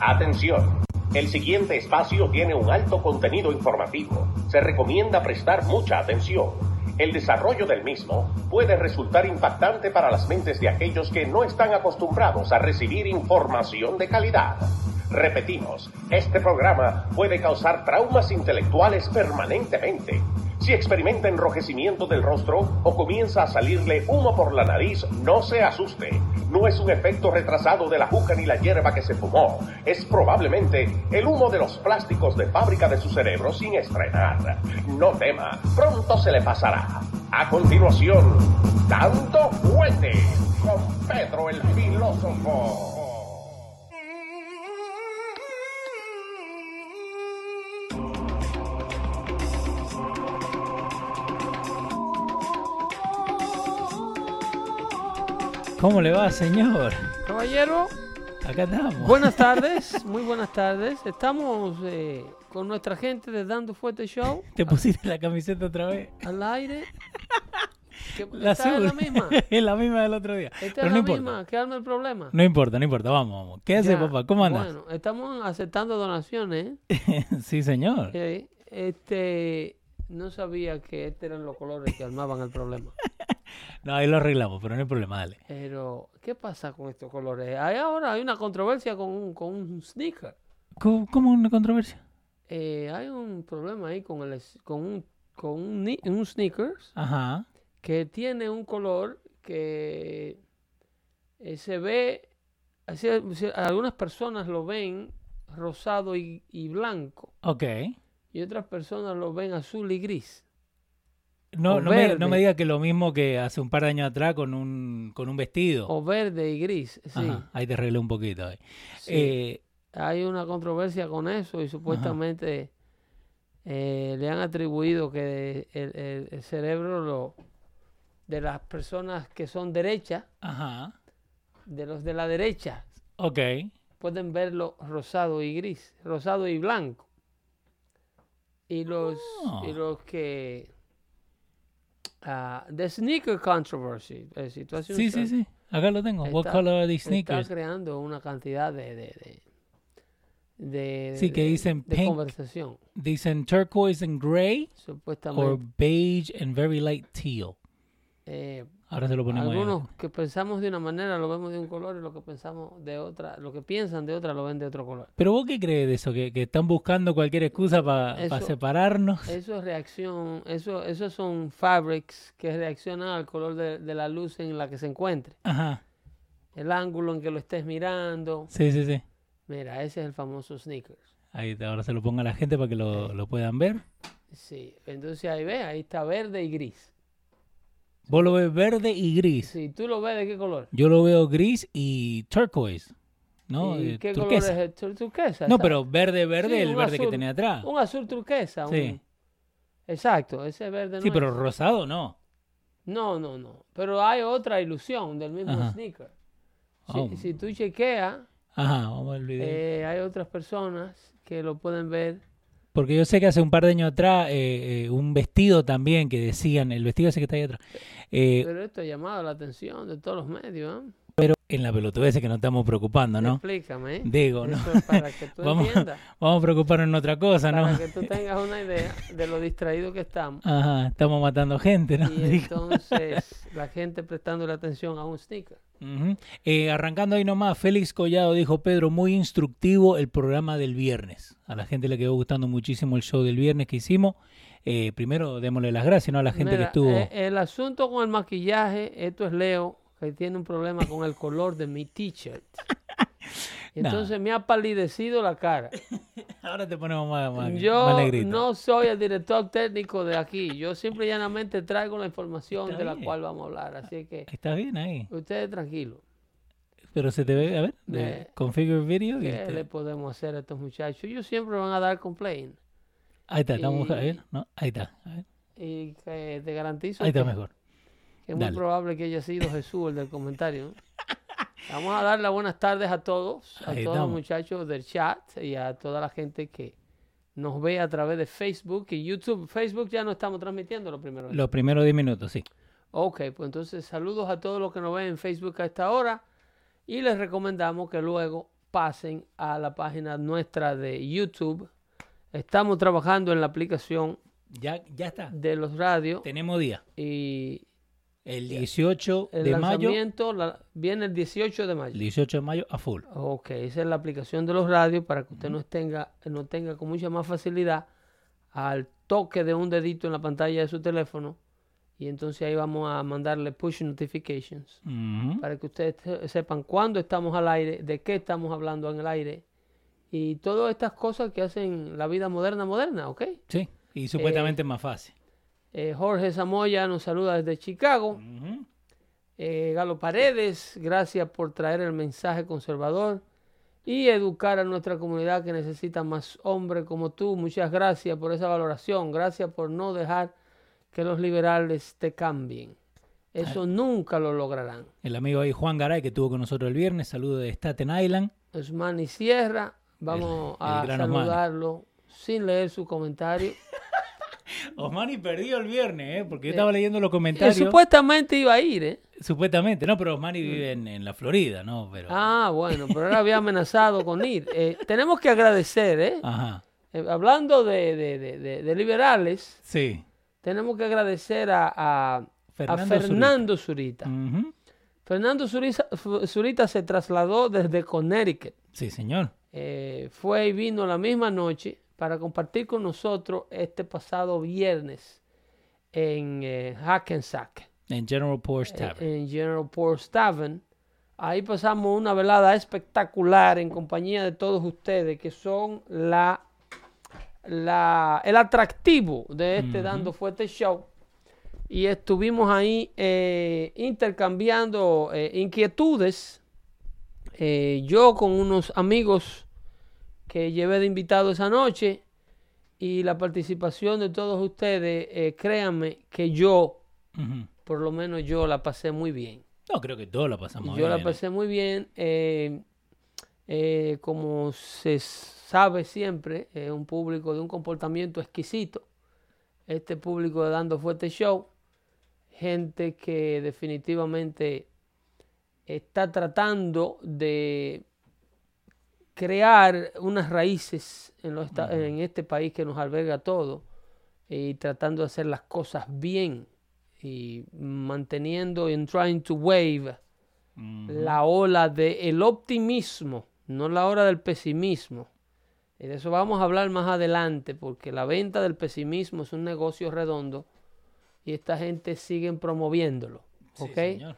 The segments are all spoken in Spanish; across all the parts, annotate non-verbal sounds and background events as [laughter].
Atención. El siguiente espacio tiene un alto contenido informativo. Se recomienda prestar mucha atención. El desarrollo del mismo puede resultar impactante para las mentes de aquellos que no están acostumbrados a recibir información de calidad. Repetimos, este programa puede causar traumas intelectuales permanentemente. Si experimenta enrojecimiento del rostro o comienza a salirle humo por la nariz, no se asuste. No es un efecto retrasado de la juca ni la hierba que se fumó. Es probablemente el humo de los plásticos de fábrica de su cerebro sin estrenar. No tema, pronto se le pasará. A continuación, Tanto Fuente con Pedro el Filósofo. ¿Cómo le va, señor? Caballero, Acá estamos. buenas tardes, muy buenas tardes. Estamos eh, con nuestra gente de Dando Fuerte Show Te pusiste la camiseta otra vez. al aire. Que- La esta es la azul. misma. [laughs] es la misma del otro día. Esta Pero no es la importa. misma, que arma el problema. No importa, no importa. Vamos, vamos. ¿Qué hace, Ya. papá? ¿Cómo andas? Bueno, estamos aceptando donaciones. [laughs] sí, señor. eh, este, no sabía que estos eran los colores que armaban el problema. No, ahí lo arreglamos, pero no hay problema, dale. Pero, ¿qué pasa con estos colores? Hay ahora hay una controversia con un, con un sneaker. ¿Cómo, cómo una controversia? Eh, hay un problema ahí con, el, es- con, un, con un, ni- un sneakers Ajá. que tiene un color que eh, se ve, así, así, algunas personas lo ven rosado y, y blanco Ok. y otras personas lo ven azul y gris. No, O no, me, verde. no me diga que lo mismo que hace un par de años atrás con un, con un vestido. O verde y gris, Oh, sí. Ajá, ahí te arreglé un poquito. ahí. sí. Eh, Hay una controversia con eso y supuestamente eh, le han atribuido que el, el- el cerebro lo- de las personas que son derechas, ajá. de los de la derecha, Ok. pueden verlo rosado y gris, rosado y blanco. Y los, Ah. y los que... ah, the sneaker controversy. eh, si tú haces un Sí, search, sí, sí. Acá lo tengo. What Está- color are these Está sneakers? creando una cantidad de... de, de, de- Sí, que de- dicen de pink. conversación, Dicen turquoise and gray. or supuestamente. beige and very light teal. Eh, Ahora se lo ponemos ahí. algunos que pensamos de una manera lo vemos de un color y lo que pensamos de otra, lo que piensan de otra lo ven de otro color. Pero vos qué crees de eso, que, que están buscando cualquier excusa para Eso- separarnos. Eso es reacción, eso, esos son fabrics que reaccionan al color de, de la luz en la que se encuentre, Ajá. el ángulo en que lo estés mirando. Sí, sí, sí. Mira, ese es el famoso sneakers. Ahí está, ahora se lo ponga a la gente para que lo, lo puedan ver. Sí, entonces ahí ve, ahí está verde y gris. Vos lo ves verde y gris. Si tú lo ves, ¿de qué color? Yo lo veo gris y turquoise. ¿No? ¿Y Eh, qué turquesa. color es el tur- turquesa? No, exacto. pero verde, verde, Sí, el un verde que azul. tenía atrás. Un azul turquesa. Sí. un- Exacto, ese verde Sí, no pero es. rosado no. No, no, no. Pero hay otra ilusión del mismo Ajá. sneaker. Si, Oh. si tú chequeas, Ajá, vamos a olvidar. eh, hay otras personas que lo pueden ver. Porque yo sé que hace un par de años atrás, eh, eh, un vestido también que decían, el vestido ese que está ahí atrás, eh, Pero esto ha llamado la atención de todos los medios. ¿eh? pero en la pelotudez que nos estamos preocupando, ¿no? Explícame. ¿eh? Digo, ¿no? Eso es para que tú [laughs] Vamos, entiendas. vamos a preocuparnos en otra cosa, ¿no? Para que tú tengas una idea de lo distraído que [laughs] estamos. Ajá, estamos matando gente, [laughs] ¿no? [laughs] Y Digo, entonces la gente prestándole atención a un sneaker. ujú. Eh, arrancando ahí nomás, Félix Collado dijo, Pedro, muy instructivo el programa del viernes. A la gente le quedó gustando muchísimo el show del viernes que hicimos. Eh, primero, démosle las gracias, ¿no? A la gente que Mira, estuvo... [laughs] eh, el asunto con el maquillaje, esto es Leo, que tiene un problema con el color de [laughs] mi t-shirt. Y Nah. Entonces me ha palidecido la cara. Ahora te ponemos más, más, más Yo negrito. no soy el director técnico de aquí. Yo simple y llanamente traigo la información Está de la bien. Ah, cual vamos a hablar. Así que Estás bien ahí. ustedes tranquilos. Pero se te ve, a ver, de- Eh, configure video. y ¿Qué te- le podemos hacer a estos muchachos? Ellos siempre van a dar complaint. Ahí está, estamos, a y- ver, ¿no? Ahí está, a ver, Y que te garantizo ahí está que, mejor. que es Dale. muy probable que haya sido Jesús el del [laughs] comentario. Vamos a dar las buenas tardes a todos, a Ahí estamos. todos los muchachos del chat y a toda la gente que nos ve a través de Facebook y YouTube. Facebook ya no estamos transmitiendo lo primero. Los primeros 10 minutos, sí. Ok, pues entonces saludos a todos los que nos ven en Facebook a esta hora y les recomendamos que luego pasen a la página nuestra de YouTube. Estamos trabajando en la aplicación Ya, ya está. de los radios Tenemos día. y El 18 el de mayo. lanzamiento la- viene el 18 de El mayo. 18 de mayo a full. Ok, esa es la aplicación de los radios para que usted nos tenga, nos tenga con mucha más facilidad al toque de un dedito en la pantalla de su teléfono y entonces ahí vamos a mandarle push notifications Ujú. para que ustedes se- sepan cuándo estamos al aire, de qué estamos hablando en el aire y todas estas cosas que hacen la vida moderna moderna, ¿ok? Sí. Y supuestamente más fácil. Eh, Jorge Zamoya nos saluda desde Chicago. Ujú. Eh, Galo Paredes, gracias por traer el mensaje conservador y educar a nuestra comunidad que necesita más hombres como tú. Muchas gracias por esa valoración. Gracias por no dejar que los liberales te cambien. Eso nunca lo lograrán. El amigo ahí Juan Garay que estuvo con nosotros el viernes. Saludo de Staten Island. Osmani Sierra, vamos El- el a gran Osmani. saludarlo sin leer su comentario. [laughs] Osmani perdió el viernes, ¿eh? Porque yo estaba leyendo los comentarios. Él supuestamente iba a ir, ¿eh? Supuestamente, no, pero Osmani vive en, en la Florida, ¿no? Pero, Mm. Ah, bueno, pero él había amenazado con ir. Eh, tenemos que agradecer, ¿eh? Ajá, Eh, hablando de, de- de- de- de liberales, sí. tenemos que agradecer a, a- a Fernando Fernando, Zurita. Zurita. Ujú. Fernando Zurita, Fu- Zurita se trasladó desde Connecticut. Sí, señor. Eh, fue y vino la misma noche para compartir con nosotros este pasado viernes en eh, Hackensack, En General Poor's eh, Tavern. en General Poor's Tavern. Ahí pasamos una velada espectacular en compañía de todos ustedes que son la la- el atractivo de este Dando Fuerte Show. Y estuvimos ahí eh, intercambiando eh, inquietudes. Eh, yo con unos amigos que llevé de invitado esa noche y la participación de todos ustedes, eh, créanme que yo, Ujú. por lo menos yo la pasé muy bien. No, creo que todos la pasamos Yo la bien. pasé muy bien. eh, eh, como se sabe siempre, es un público de un comportamiento exquisito. Este público de Dando Fuerte Show, gente que definitivamente está tratando de crear unas raíces en, los esta- en este país que nos alberga todo y tratando de hacer las cosas bien y manteniendo en trying to wave Ujú. la ola del optimismo, no la ola del pesimismo. Y de eso vamos a hablar más adelante, porque la venta del pesimismo es un negocio redondo y esta gente sigue promoviéndolo. Sí, ¿ok? señor.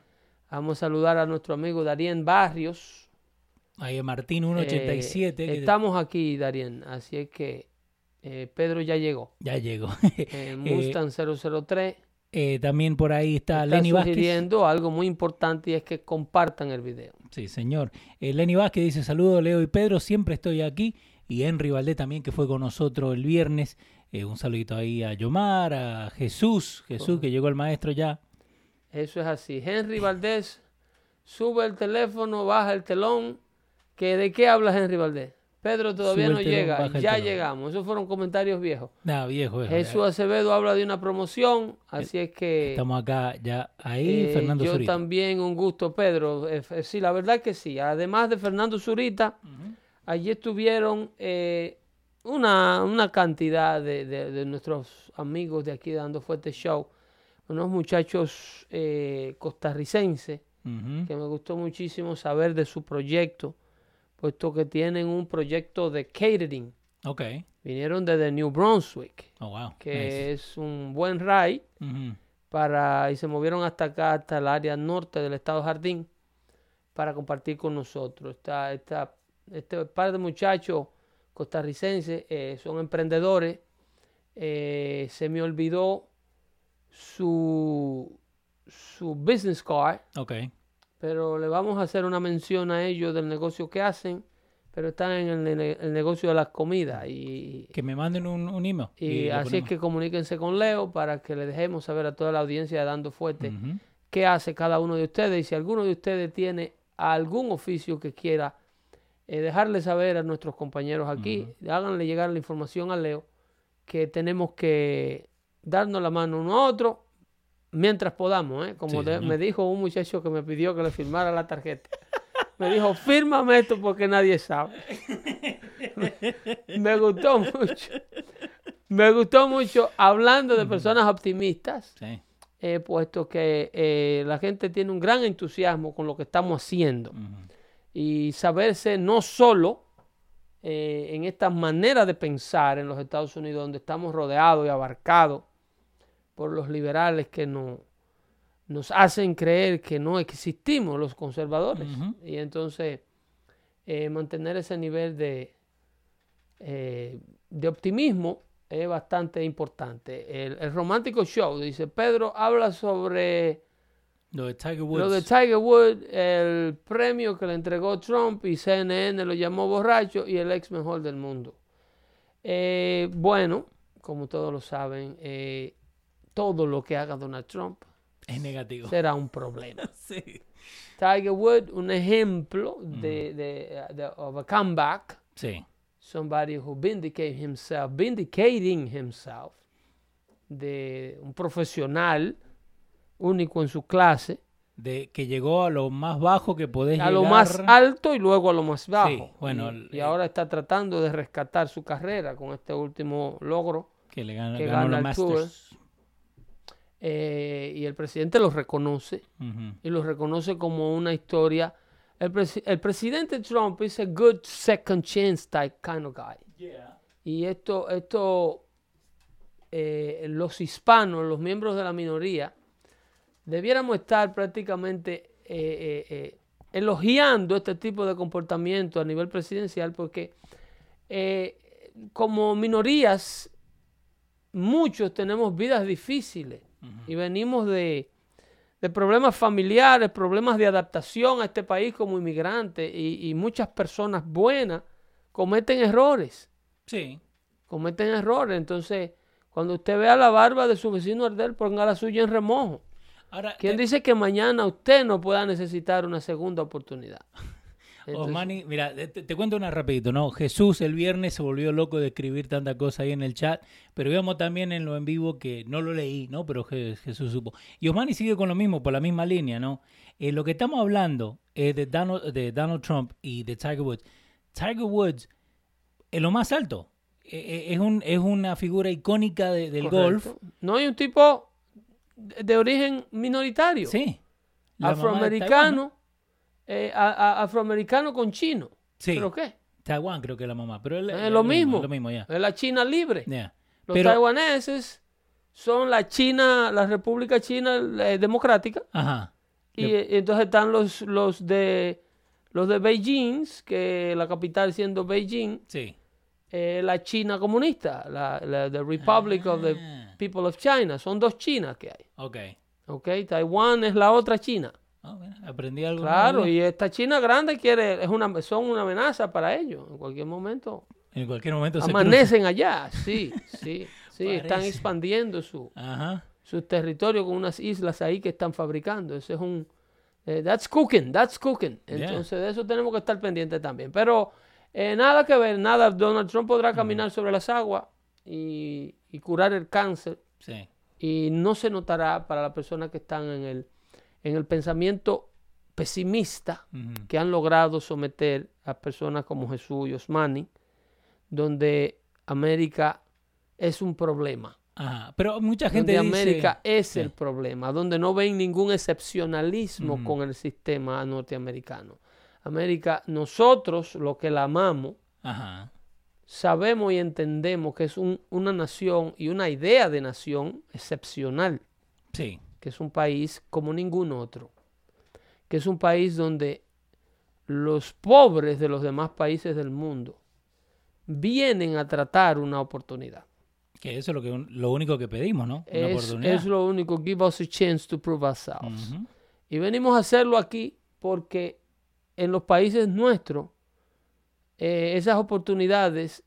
Vamos a saludar a nuestro amigo Darien Barrios. Ahí en Martín 187. Eh, que estamos aquí, Darien, así es que eh, Pedro ya llegó. Ya llegó. Eh, Eh, Mustang 003 eh, también por ahí está, está Lenny Vázquez. sugiriendo algo muy importante y es que compartan el video. Sí, señor. Eh, Lenny Vázquez dice: Saludos, Leo y Pedro, siempre estoy aquí. Y Henry Valdés también, que fue con nosotros el viernes. Eh, un saludito ahí a Yomar, a Jesús, Jesús, que llegó el maestro ya. Eso es así. Henry Valdés, sube el teléfono, baja el telón. ¿Que ¿De qué habla Henry Valdés? Pedro Sube todavía el no telón, llega. baja el Ya telón. llegamos. Esos fueron comentarios viejos. Nada, viejo, viejo, Jesús Acevedo habla de una promoción, así es que Estamos acá ya ahí, eh, Fernando yo Zurita. también un gusto, Pedro. Eh, f- sí, la verdad que sí. Además de Fernando Zurita, allí estuvieron eh, una, una cantidad de, de- de nuestros amigos de aquí de dando fuerte show, unos muchachos eh, costarricenses Ujú. que me gustó muchísimo saber de su proyecto, puesto que tienen un proyecto de catering. Ok. Vinieron desde New Brunswick, Oh, wow. que Nice. es un buen ride Ujú. para y se movieron hasta acá, hasta el área norte del estado Jardín, para compartir con nosotros. Esta, esta- este par de muchachos costarricenses eh, son emprendedores. Eh, se me olvidó su, su business card, Ok. pero le vamos a hacer una mención a ellos del negocio que hacen, pero están en el, el negocio de las comidas y, Que me manden un, un email. y lo así es ponemos. que comuníquense con Leo para que le dejemos saber a toda la audiencia de Dando Fuerte Ujú. qué hace cada uno de ustedes y si alguno de ustedes tiene algún oficio que quiera eh, dejarle saber a nuestros compañeros aquí, háganle llegar la información a Leo que tenemos que darnos la mano uno a otro mientras podamos, ¿eh? como Sí, de- señor. me dijo un muchacho que me pidió que le firmara la tarjeta. Me dijo, fírmame esto porque nadie sabe. Me gustó mucho. Me gustó mucho hablando de personas optimistas, Sí. eh, puesto que eh, la gente tiene un gran entusiasmo con lo que estamos haciendo. Ujú. Y saberse no solo eh, en esta manera de pensar en los Estados Unidos, donde estamos rodeados y abarcados por los liberales que no- nos hacen creer que no existimos los conservadores. Ujú. Y entonces eh, mantener ese nivel de, eh, de optimismo es bastante importante. El, el romántico show, dice Pedro, habla sobre Lo de Tiger Woods. lo de Tiger Woods, el premio que le entregó Trump y CNN lo llamó borracho y el ex mejor del mundo. Eh, bueno, como todos lo saben, eh, todo lo que haga Donald Trump es negativo. será un problema. Sí. Tiger Woods, un ejemplo de, de- de- of a comeback, Sí. somebody who vindicated himself, vindicating himself, de un profesional único en su clase, De que llegó a lo más bajo que podés a lo llegar. más alto y luego a lo más bajo. bueno, y, el- y ahora está tratando de rescatar su carrera con este último logro. Que le ganó, que ganó gana los el Tour. Masters. eh, y el presidente lo reconoce Ujú. y lo reconoce como una historia. El, presi- el presidente Trump es a good second chance type kind of guy. Y esto, esto eh, los hispanos, los miembros de la minoría, debiéramos estar prácticamente eh, eh, eh, elogiando este tipo de comportamiento a nivel presidencial porque eh, como minorías, muchos tenemos vidas difíciles y venimos de, de problemas familiares, problemas de adaptación a este país como inmigrantes y, y muchas personas buenas cometen errores Sí. cometen errores. Entonces, cuando usted vea la barba de su vecino arder, ponga la suya en remojo. Ahora, ¿Quién eh, dice que mañana usted no pueda necesitar una [laughs] segunda oportunidad? Entonces, Osmani, oh, mira, te, te cuento una rapidito, ¿no? Jesús el viernes se volvió loco de escribir tanta cosa ahí en el chat, pero íbamos también en lo en vivo que no lo leí, ¿no? Pero Je- Jesús supo. Y Osmani sigue con lo mismo, por la misma línea, ¿no? Eh, lo que estamos hablando es de Donald, de Donald Trump y de Tiger Woods. Tiger Woods es lo más alto. Eh, eh, Es, un, es una figura icónica de- del golf. correcto. No hay un tipo de, de origen minoritario, Sí. La mamá de afroamericano, eh, a- a- afroamericano con chino. Sí. ¿Pero qué? Taiwán, Taiwán creo que es la mamá, pero él- Es él- lo él mismo. es Lo mismo, ya. Es la China libre. Ya. Los Pero- taiwaneses son la China, la República China eh, Democrática. Ajá. Y eh, entonces están los, los de los de Beijing, que la capital siendo Beijing, Sí. eh, la China comunista, la, la the Republic of the Ah. People of China. Son dos Chinas que hay. Ok. ¿ok? Taiwán es la otra China. Ah, bueno, aprendí algo. nuevo Claro, hoy. y esta China grande quiere, es una, son una amenaza para ellos. En cualquier momento En cualquier momento se cruza. amanecen allá. Sí, sí, [laughs] sí. Están Parece. expandiendo su, Ajá. su territorio con unas islas ahí que están fabricando. Ese es un... eh, that's cooking, that's cooking. Yeah. Entonces de eso tenemos que estar pendientes también. Pero eh, nada que ver, nada. Donald Trump podrá Mm. caminar sobre las aguas y, y curar el cáncer Sí. y no se notará para las personas que están en el, en el pensamiento pesimista Ujú. que han logrado someter a personas como Jesús y Osmani, donde América es un problema Ajá. Pero mucha gente donde dice... América eh. es Sí. el problema, donde no ven ningún excepcionalismo Ujú. con el sistema norteamericano. América, nosotros, los que la amamos, Ajá. sabemos y entendemos que es un- una nación y una idea de nación excepcional, Sí. que es un país como ningún otro, que es un país donde los pobres de los demás países del mundo vienen a tratar una oportunidad. Que eso es lo, que, lo único que pedimos, ¿no? Una Es, oportunidad. es lo único, give us a chance to prove ourselves. Ujú. Y venimos a hacerlo aquí porque en los países nuestros, eh, esas oportunidades,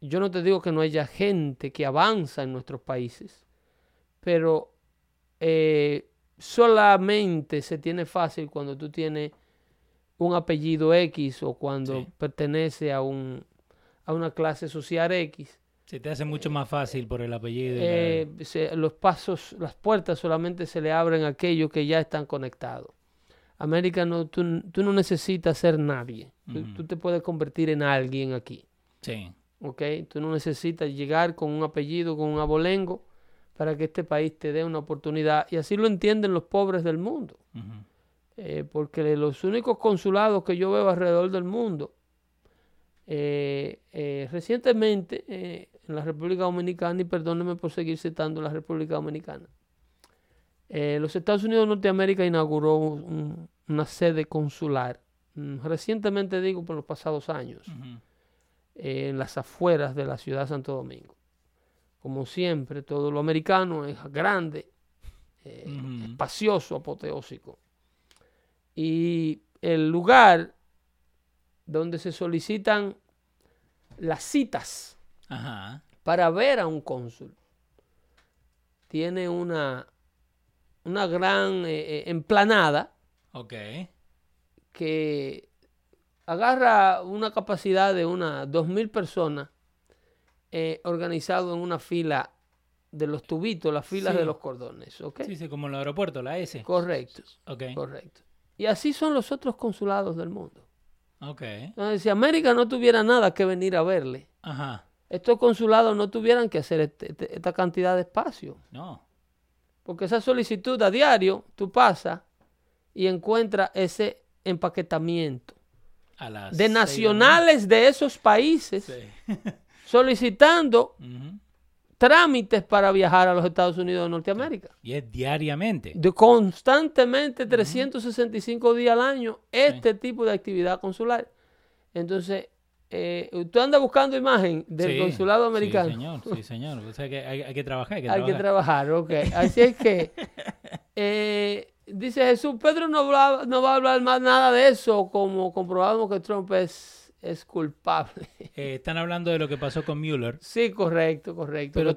yo no te digo que no haya gente que avanza en nuestros países, pero eh, solamente se tiene fácil cuando tú tienes un apellido X o cuando Sí. pertenece a, un, a una clase social X. Se te hace mucho más fácil por el apellido. y la- Eh, se- los pasos, las puertas solamente se le abren a aquellos que ya están conectados. América, no, tú, tú no necesitas ser nadie. Tú, Ujú. tú te puedes convertir en alguien aquí. Sí. ¿ok? Tú no necesitas llegar con un apellido, con un abolengo, para que este país te dé una oportunidad. Y así lo entienden los pobres del mundo. Ujú. Eh, porque los únicos consulados que yo veo alrededor del mundo, eh, eh, recientemente eh, en la República Dominicana, y perdónenme por seguir citando la República Dominicana, eh, los Estados Unidos de Norteamérica inauguró un- una sede consular, mm, recientemente digo, por los pasados años Ujú. eh, en las afueras de la ciudad de Santo Domingo. Como siempre, todo lo americano es grande, eh, Ujú. espacioso, apoteósico. Y el lugar donde se solicitan las citas Ajá. para ver a un cónsul tiene una, una gran eh, eh, emplanada Ok. que agarra una capacidad de unas 2.000 personas eh, organizado en una fila de los tubitos, las filas Sí. de los cordones, ¿ok? Sí, sí, como en el aeropuerto, la S. Correcto, Ok. correcto. Y así son los otros consulados del mundo. Ok. Entonces, si América no tuviera nada que venir a verle, Ajá. estos consulados no tuvieran que hacer este- este- esta cantidad de espacio. No. Porque esa solicitud a diario, tú pasas y encuentras ese empaquetamiento. A las de seis la nacionales de esos países mañana. solicitando Sí. Ujú. trámites para viajar a los Estados Unidos de Norteamérica. Y es diariamente. De constantemente 365 días al año este tipo de actividad consular. Entonces, eh, usted anda buscando imagen del Sí, consulado americano. Sí, señor. Sí, señor. O sea que hay, hay que trabajar. Hay que Hay que trabajar. trabajar, ok. Así es que, [laughs] eh, dice Jesús, Pedro no, hablaba- no va a hablar más nada de eso, como comprobamos que Trump es, es culpable. Eh, están hablando de lo que pasó con Mueller. Sí, correcto, correcto. Pero Pero,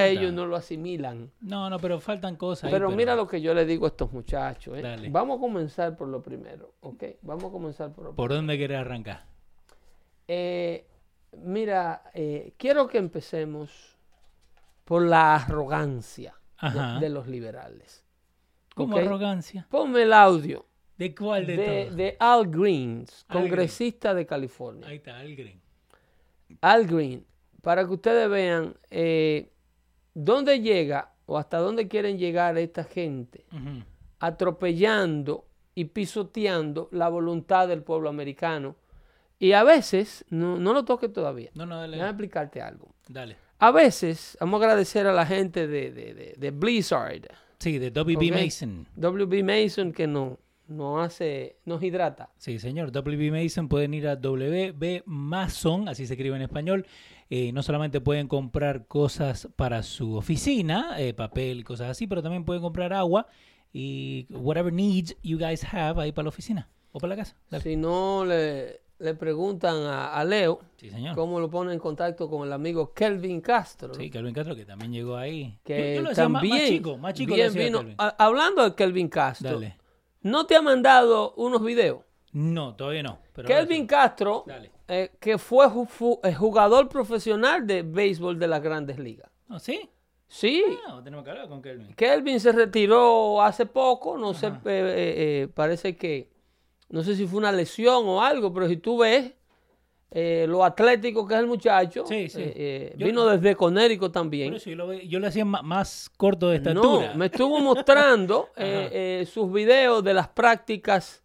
todavía falta. ellos no lo asimilan. No, no, pero faltan cosas. ahí, Pero mira lo que yo le digo a estos muchachos. ¿eh? Dale. Vamos a comenzar por lo primero, ¿ok? Vamos a comenzar por lo primero. ¿Por dónde querés arrancar? Eh, mira, eh, quiero que empecemos por la arrogancia de- Ajá. de, los liberales. Como Ok. arrogancia. Ponme el audio ¿De cuál de, de, todos? de Al Greens, Al Green. congresista de California. Ahí está, el green. Al Green, para que ustedes vean eh, dónde llega o hasta dónde quieren llegar esta gente Ujú. atropellando y pisoteando la voluntad del pueblo americano. Y a veces, no, no lo toque todavía, No, no, dale. déjame explicarte algo. Dale. A veces, vamos a agradecer a la gente de, de, de- de Blizzard, Sí, de Dobby Ok. B. Mason. WB Mason, que no, nos hace, nos hidrata. Sí, señor. WB Mason pueden ir a WB Mason, así se escribe en español. Eh, no solamente pueden comprar cosas para su oficina, eh, papel y cosas así, pero también pueden comprar agua y whatever needs you guys have ahí para la oficina o para la casa. Dale. Si no le, le preguntan a, a Leo Sí, señor. cómo lo pone en contacto con el amigo Kelvin Castro. Ah. Sí, Calvin Castro que también llegó ahí. yo, Que yo lo hacía más- también más, chico, más chico lo bien hacía vino. Calvin. A- hablando de Kelvin Castro, Dale. ¿no te ha mandado unos videos? No, todavía no. Pero ahora Kelvin sí. Castro, Dale. eh, que fue ju- fu- eh, jugador profesional de béisbol de las grandes ligas. ¿Ah, ¿Sí? Ah, Sí, No, tenemos que hablar con Kelvin. Kelvin se retiró hace poco, no sé, eh, eh, eh, parece que, no sé si fue una lesión o algo, pero si tú ves eh, lo atlético que es el muchacho, Sí, sí. eh, eh, Yo- vino desde Conérico Por también. eso yo lo, ve- yo lo hacía ma- más corto de estatura. No, me estuvo [laughs] mostrando eh, eh, sus videos de las prácticas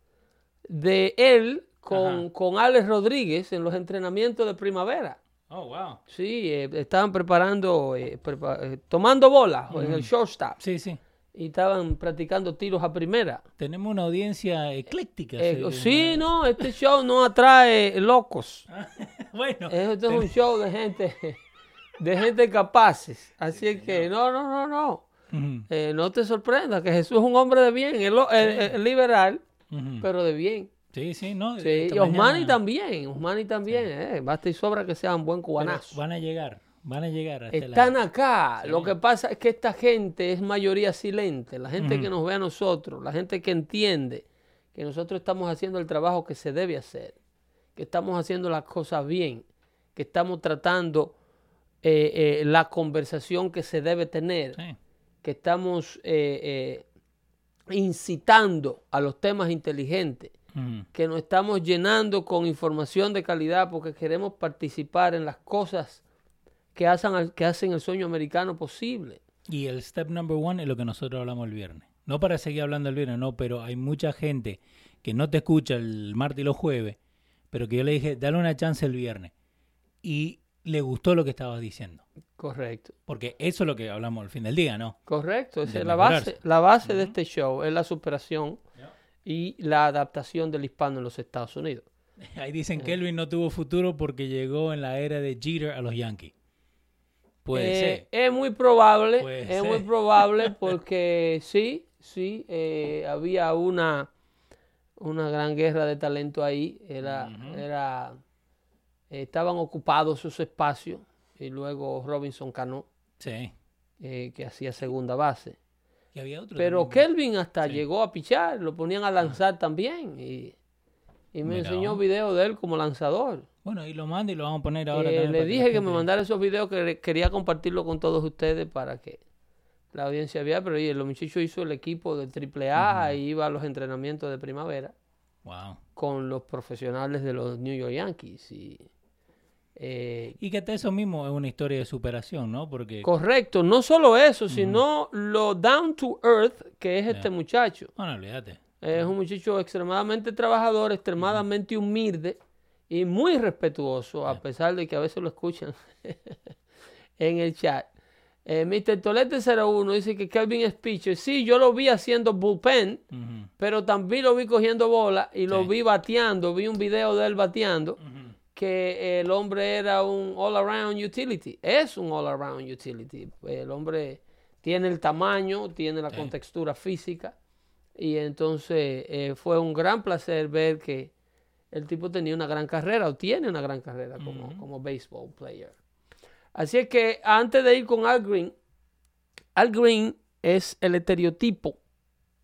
de él con, Ajá. con Alex Rodríguez en los entrenamientos de primavera. Oh, wow. Sí, eh, estaban preparando, eh, prepa- eh, tomando bolas en el shortstop Sí, sí. y estaban practicando tiros a primera. Tenemos una audiencia ecléctica. Eh, se- sí, no, este show no atrae locos. [laughs] bueno, Este es un show de gente, [laughs] de gente capaces. Así es que, no, no, no, no. ujú, Eh, no te sorprenda que Jesús es un hombre de bien, es lo- es- es liberal, ujú. pero de bien. sí, sí, no. Sí, esta y Osmani mañana- también, Osmani también, eh, basta y sobra que sean buen pero cubanazo. Van a llegar, van a llegar. hasta la- Están acá. Lo que pasa es que esta gente es mayoría silente. La gente que nos ve a nosotros, la gente que entiende que nosotros estamos haciendo el trabajo que se debe hacer, que estamos haciendo las cosas bien, que estamos tratando eh, eh, la conversación que se debe tener, Sí. que estamos eh, eh, incitando a los temas inteligentes, Mm, que nos estamos llenando con información de calidad porque queremos participar en las cosas que hacen, al- que hacen el sueño americano posible. Y el step number one es lo que nosotros hablamos el viernes. No para seguir hablando el viernes, no, pero hay mucha gente que no te escucha el martes y los jueves, pero que yo le dije, dale una chance el viernes. Y le gustó lo que estabas diciendo. Correcto. Porque eso es lo que hablamos al fin del día, ¿no? Correcto, esa De es la mejorarse. base, la base de este show es la superación y la adaptación del hispano en los Estados Unidos. Ahí dicen que Elvis no tuvo futuro porque llegó en la era de Jeter a los Yankees. Puede Eh, ser. Es muy probable, Puede es ser. muy [laughs] probable porque sí, sí, eh, había una, una gran guerra de talento ahí, era, era, eh, estaban ocupados sus espacios y luego Robinson Cano, Sí. eh, que hacía segunda base. Y había otro. Pero también. Kelvin hasta llegó a pichar, lo ponían a lanzar también y, y me Mira. enseñó videos de él como lanzador. Bueno, y lo manda y lo vamos a poner ahora. Eh, también para la le dije que me gente- mandara esos videos que re- quería compartirlo con todos ustedes para que la audiencia vea, pero oye, los muchachos hizo el equipo de AAA y iba a los entrenamientos de primavera Wow. con los profesionales de los New York Yankees. Y, eh, Y que hasta eso mismo es una historia de superación, ¿no? Porque. correcto, no solo eso, sino lo down to earth que es este muchacho. Bueno, olvídate. Es un muchacho extremadamente trabajador, extremadamente humilde y muy respetuoso, a pesar de que a veces lo escuchan [laughs] en el chat. Eh, Mr. Tolete01 dice que Kelvin es pitcher. Sí, yo lo vi haciendo bullpen, Ujú. pero también lo vi cogiendo bola y lo Sí. vi bateando. Vi un video de él bateando, que el hombre era un all-around utility. Es un all-around utility. El hombre tiene el tamaño, tiene la Sí. contextura física. Y entonces eh, fue un gran placer ver que el tipo tenía una gran carrera o tiene una gran carrera como, como baseball player. Así es que antes de ir con Al Green, Al Green es el estereotipo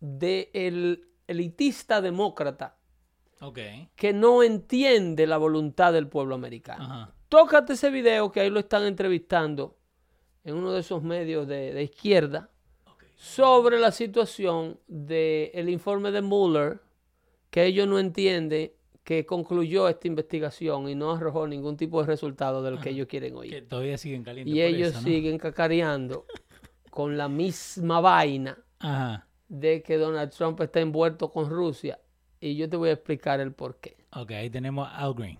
del elitista demócrata Ok. que no entiende la voluntad del pueblo americano. Ajá. Tócate ese video que ahí lo están entrevistando en uno de esos medios de, de izquierda sobre la situación del informe de Mueller, que ellos no entienden que concluyó esta investigación y no arrojó ningún tipo de resultado del que ellos quieren oír. Que todavía siguen calientes. Y Ah, por ellos eso, ¿no? siguen cacareando con la misma vaina Ajá. de que Donald Trump está envuelto con Rusia. Y yo te voy a explicar el por qué. Ok, ahí tenemos a Al Green.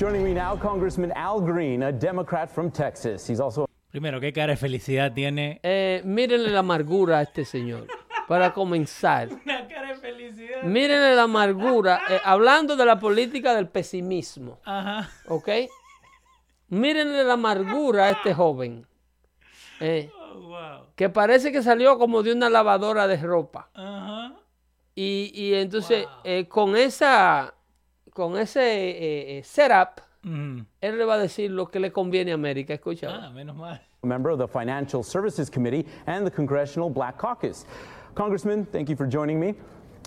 Joining me now, Congressman Al Green, a Democrat from Texas. He's also Primero, qué cara de felicidad tiene. Eh, mírenle la amargura a este señor. Para comenzar, [laughs] Una cara de felicidad. mírenle la amargura. eh, hablando de la política del pesimismo, Ajá. ¿ok? Mírenle la amargura a este joven. eh, Oh, wow. que parece que salió como de una lavadora de ropa. Ajá. Y, y entonces, eh, con esa con ese eh, eh, setup, Mm. él le va a decir lo que le conviene a América. Escucha. ahora. Ah, menos mal. a member of the Financial Services Committee and the Congressional Black Caucus. Congressman, thank you for joining me.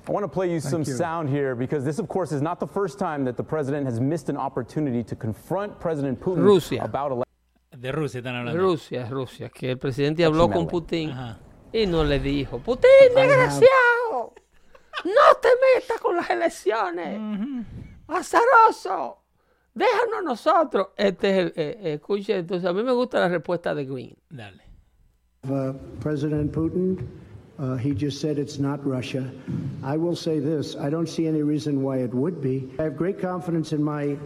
I want to play you some sound here because this, of course, is not the first time that the president has missed an opportunity to confront President Putin Rusia. about election. De Rusia están hablando. Rusia, Rusia, que el Pues presidente habló con Melman. Putin Ajá. y no le dijo, Putin, desgraciado, no te metas con las elecciones, azaroso, déjanos nosotros. Este es el, eh, eh, escuche, entonces a mí me gusta la respuesta de Green. Dale. uh, President Putin. Uh, he just said it's not Russia. I will say this I don't see any reason why it would be. I have great confidence in my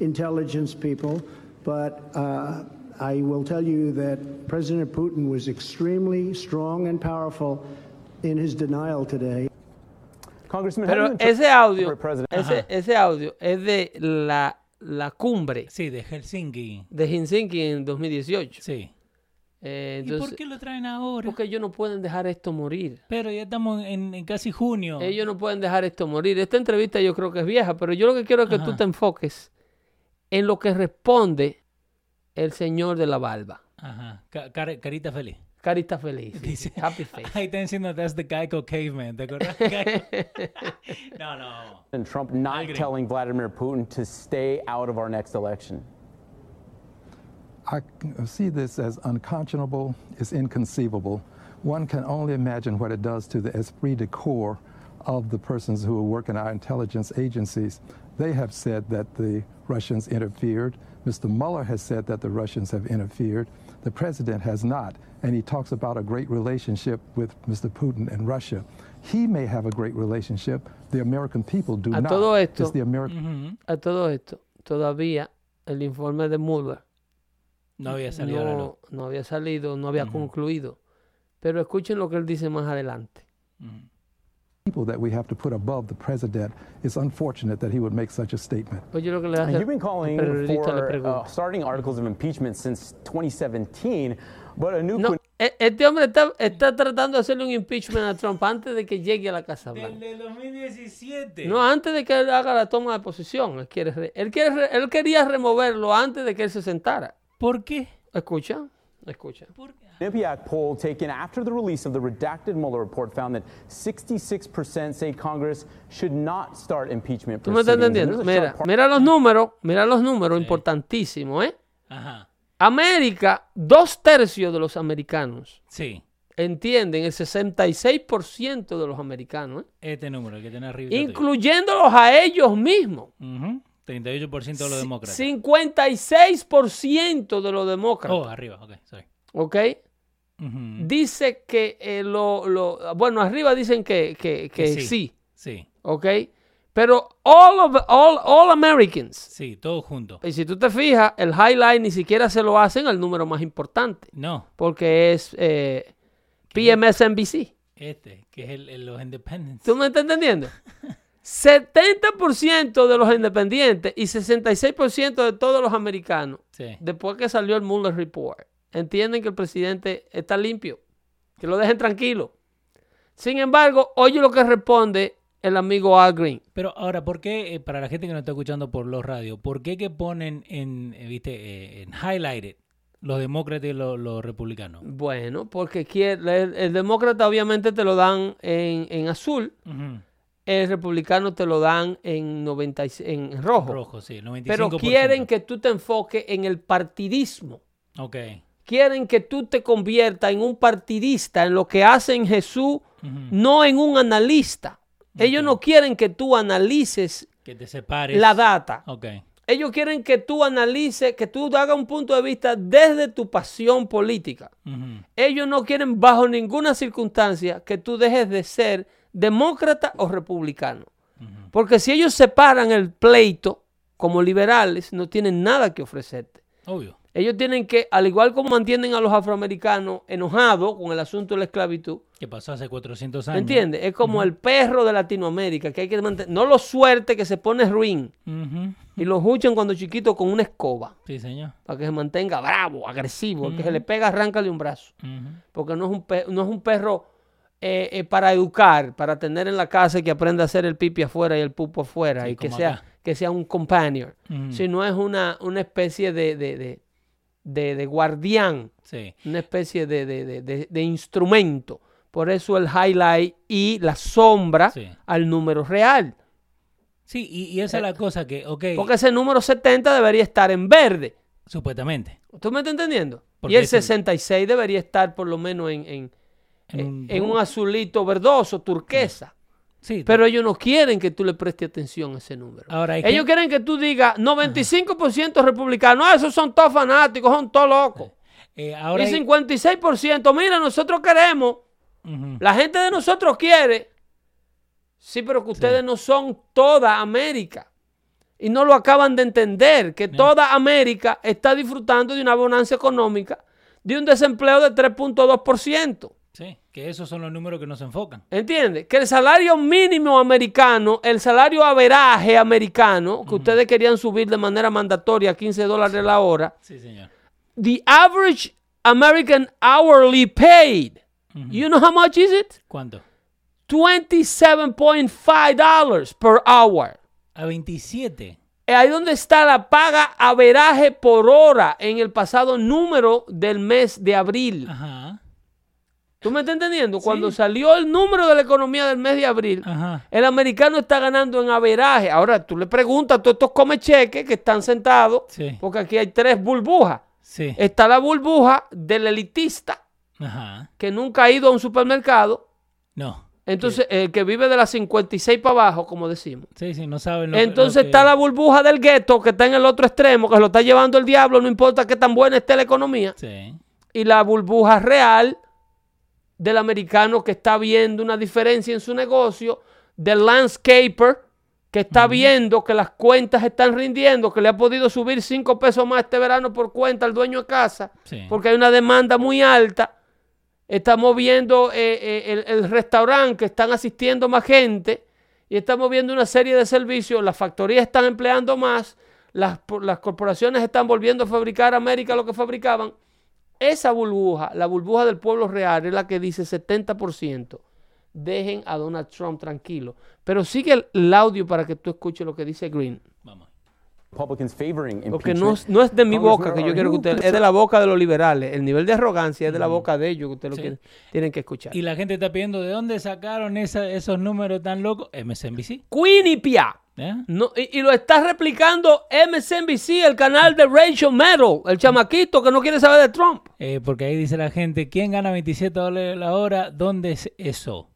intelligence people, but uh, I will tell you that President Putin was extremely strong and powerful in his denial today. Congressman, how do you Pero interpret ese audio, President- ese, ese audio es de la, la cumbre Sí, de Helsinki. de Helsinki en 2018. Sí. Eh, ¿Y por entonces, qué lo traen ahora? porque ellos no pueden dejar esto morir. Pero ya estamos en, en casi junio. Ellos no pueden dejar esto morir. Esta entrevista yo creo que es vieja, pero yo lo que quiero es que tú te enfoques en lo que responde el señor de la barba. Ajá. Ca- cara- carita feliz. Carita [laughs] [laughs] feliz. Dice, [laughs] Happy face. Ahí está diciendo, that's the Geico caveman, ¿te [laughs] acuerdas? Geico. no, no. Trump not Agree. telling Vladimir Putin to stay out of our next election? I c- see this as unconscionable, it's inconceivable. one can only imagine what it does to the esprit de corps of the persons who work in our intelligence agencies. They have said that the Russians interfered. Mr. Mueller has said that the Russians have interfered. The president has not. And he talks about a great relationship with Mr. Putin and Russia. He may have a great relationship. The American people do A not. todo esto. It's the American. A todo esto, todavía el informe de Mueller No había salido a la luz. no, no había salido, no había concluido. Pero escuchen lo que él dice más adelante. people that we have to put above the president. It's unfortunate that he would make such a statement. Oye Pues lo que le Now, hace You've been el calling periodista le for uh, pregunta. starting articles of impeachment since 2017, but a new No, e- este hombre está, está tratando de hacerle un impeachment a Trump antes de que llegue a la Casa Blanca. Desde 2017. No, antes de que él haga la toma de posición. Él, quiere re- él, quiere re- él quería removerlo antes de que él se sentara. ¿Por qué? Escucha, escucha. Quinnipiac poll taken after the release of the redacted Mueller report found that 66% say Congress should not start impeachment ¿Tú me estás proceedings. And entendiendo? there's a sharp Mira, mira los números, mira los números, importantísimo, ¿eh? Ajá. América, dos tercios de los americanos Sí. entienden, el 66% de los americanos, ¿eh? Este número que tiene arriba. incluyéndolos a ellos mismos. Ujú. 38% de los demócratas. 56% de los Oh, demócratas, arriba, ok, sorry. ¿ok? Ujú. Dice que eh, lo, lo- Bueno, arriba dicen que, que, que Eh, sí. sí. Sí, ¿ok? Pero all, of, all, all Americans, sí, todo junto. y si tú te fijas, el highlight ni siquiera se lo hacen al número más importante, No, porque es eh, PMSNBC. este, que es el, el- los independents. ¿Tú me estás entendiendo? 70% de los independientes y 66% de todos los americanos, Sí. después que salió el Mueller Report, entienden que el presidente está limpio, que lo dejen tranquilo. Sin embargo, oye lo que responde el amigo Al Green. Pero ahora, ¿por qué, eh, para la gente que nos está escuchando por los radios, por qué que ponen en, eh, viste, eh, en highlighted los demócratas y los, los republicanos? Bueno, porque quiere- el, el demócrata obviamente te lo dan en, en azul, Ujú. el republicano te lo dan en, 90 y- en rojo. Rojo, sí, 95%. Pero quieren que tú te enfoques en el partidismo. Ok. Quieren que tú te conviertas en un partidista, en lo que hacen Jesús, no en un analista. Ellos no quieren que tú analices Que te separes. la data. Ok. Ellos quieren que tú analices, que tú hagas un punto de vista desde tu pasión política. Ujú. Ellos no quieren bajo ninguna circunstancia que tú dejes de ser demócrata o republicano. Porque si ellos separan el pleito como liberales, no tienen nada que ofrecerte. Obvio. Ellos tienen que, al igual como mantienen a los afroamericanos enojados con el asunto de la esclavitud, Que pasó hace 400 ¿me años. entiendes? Es como el perro de Latinoamérica, que hay que mantener, no lo suerte que se pone ruin Ujú. y lo huchan cuando chiquito con una escoba, Sí, señor. para que se mantenga bravo, agresivo, el que se le pega, arráncale un brazo Ujú. porque no es un, pe- no es un perro eh, eh, para educar, para tener en la casa y que aprenda a hacer el pipi afuera y el pupo afuera Sí, y que como sea, acá. que sea un companion, Ujú. sino es una, una especie de, de, de, de- de guardián, Sí. una especie de, de- de- de- de instrumento. Por eso el highlight y la sombra Sí. al número real. Sí, y, y esa es la cosa que, ok, Eh, Porque ese número 70 debería estar en verde. supuestamente. ¿Tú me estás entendiendo? Porque Y el ese- 66 debería estar por lo menos en, en- En en- un en un azulito verdoso, turquesa. Sí, Pero ellos no quieren que tú le prestes atención a ese número. Ahora, hay ellos gente- quieren que tú digas 95% republicanos, ah, esos son todos fanáticos, son todos locos. eh, ahora y hay- 56%, mira, nosotros queremos, Ujú. la gente de nosotros quiere. Sí, pero que ustedes no son toda América. Y no lo acaban de entender, que toda América está disfrutando de una bonanza económica, de un desempleo de 3.2%. Sí, que esos son los números que nos enfocan. ¿Entiendes? Que el salario mínimo americano, el salario averaje americano, que ustedes querían subir de manera mandatoria a 15 dólares la hora, Sí, señor. the average American hourly paid, Mm-hmm. you know how much is it? ¿Cuánto? $27.5 per hour. A 27. Eh, Ahí donde está la paga averaje por hora en el pasado número del mes de abril. Ah. Ajá. ¿Tú me estás entendiendo? Cuando salió el número de la economía del mes de abril, Ajá. El americano está ganando en averaje. Ahora tú le preguntas a todos estos comecheques que están sentados, Sí. porque aquí hay tres burbujas. Sí. Está la burbuja del elitista, Ajá. que nunca ha ido a un supermercado, No. entonces el que vive de las 56 para abajo, como decimos. Sí, sí, no saben lo que- lo Entonces que- está la burbuja del gueto que está en el otro extremo, que se lo está llevando el diablo, no importa qué tan buena esté la economía. Sí. Y la burbuja real del americano que está viendo una diferencia en su negocio, del landscaper que está viendo que las cuentas están rindiendo, que le ha podido subir 5 pesos más este verano por cuenta al dueño de casa, Sí. porque hay una demanda muy alta. Estamos viendo eh, eh, el, el restaurante que están asistiendo más gente y estamos viendo una serie de servicios. Las factorías están empleando más, las, po- las corporaciones están volviendo a fabricar América lo que fabricaban. Esa burbuja, la burbuja del pueblo real, es la que dice 70%. Dejen a Donald Trump tranquilo. Pero sigue el, el audio para que tú escuches lo que dice Green. Vamos. Republicans favoring Porque impeachment. no, es- no es de mi Congressman, boca que are yo quiero que you usted... Es de la boca de los liberales. El nivel de arrogancia es de la boca de ellos que ustedes Sí. lo quieren- tienen que escuchar. Y la gente está pidiendo, ¿de dónde sacaron esa- esos números tan locos? MSNBC. Quinipia. ¿eh? No, y, y lo está replicando MSNBC, el canal de Rachel Maddow, el chamaquito que no quiere saber de Trump. Eh, porque ahí dice la gente, ¿quién gana 27 dólares la hora? ¿Dónde es eso?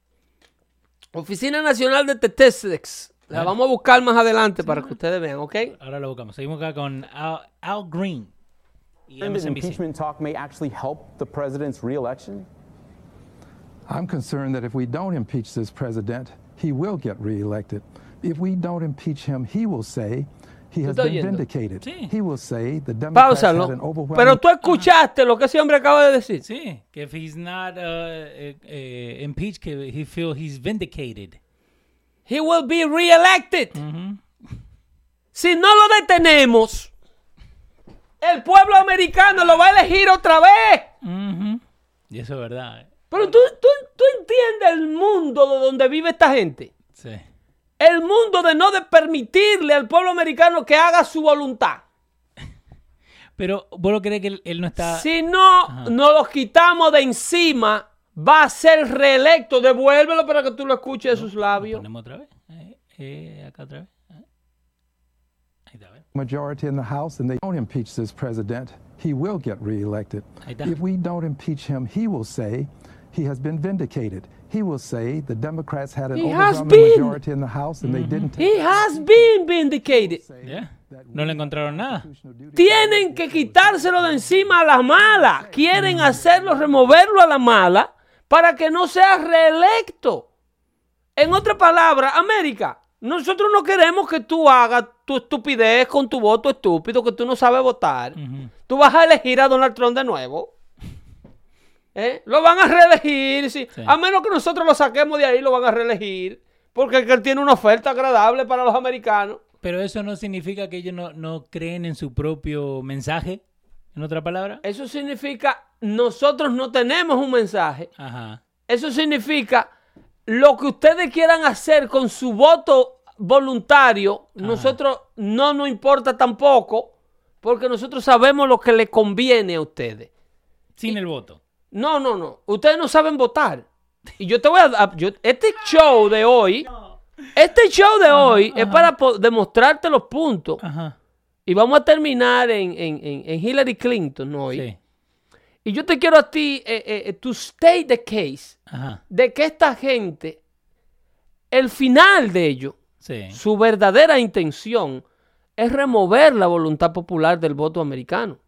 Oficina Nacional de Statistics. La vamos a buscar más adelante para que ustedes vean, ¿ok? Ahora lo buscamos. Seguimos acá con Al, Al Green y Think that MSNBC. impeachment talk may actually help the president's reelection? I'm concerned that if we don't impeach this president, he will get reelected. If we don't impeach him, he will say he has estás been oyendo? vindicated. Sí. He will say the Democrats had an Páusalo. overwhelming Pero tú escuchaste lo que ese hombre acaba de decir. Sí, que if he's not uh, eh, eh, impeached, que he feel he's vindicated. He will be reelected. Si no lo detenemos, el pueblo americano lo va a elegir otra vez. Y eso es verdad. eh. Pero tú, tú, tú entiendes el mundo de donde vive esta gente. Sí. El mundo de no de permitirle al pueblo americano que haga su voluntad. Pero vos lo crees que él, él no está... Si no nos los quitamos de encima, va a ser reelecto. Devuélvelo para que tú lo escuches de sus labios. Ponemos otra vez. Eh, eh, acá otra vez. Eh. Ahí está, a ver. majority in the House and they don't impeach this president, he will get reelected. Ahí está. If we don't impeach him, he will say he has been vindicated. He will say the Democrats had an He has overwhelming been. Mm-hmm. majority in the House and they didn't take He has been vindicated. Ya. No le encontraron nada. constitutional duty. Tienen que quitárselo de encima a la mala. Quieren hacerlo, removerlo a la mala para que no sea reelecto. En otras palabras, América, nosotros no queremos que tú hagas tu estupidez con tu voto estúpido que tú no sabes votar. Tú vas a elegir a Donald Trump de nuevo. ¿Eh? Lo van a reelegir. sí. Sí. A menos que nosotros lo saquemos de ahí, lo van a reelegir. Porque él tiene una oferta agradable para los americanos. Pero eso no significa que ellos no, no creen en su propio mensaje, en otra palabra. Eso significa nosotros no tenemos un mensaje. Ajá. Eso significa lo que ustedes quieran hacer con su voto voluntario, nosotros no nos importa tampoco, porque nosotros sabemos lo que le conviene a ustedes. Sin el voto. No, no, no. Ustedes no saben votar. Y yo te voy a... a- yo- este show de hoy... Este show de hoy es para po- demostrarte los puntos. Ajá. Y vamos a terminar en, en- en- en Hillary Clinton hoy. Sí. Y yo te quiero a ti, eh, eh, eh, to state the case, Ajá. de que esta gente, el final de ello, Sí. su verdadera intención es remover la voluntad popular del voto americano.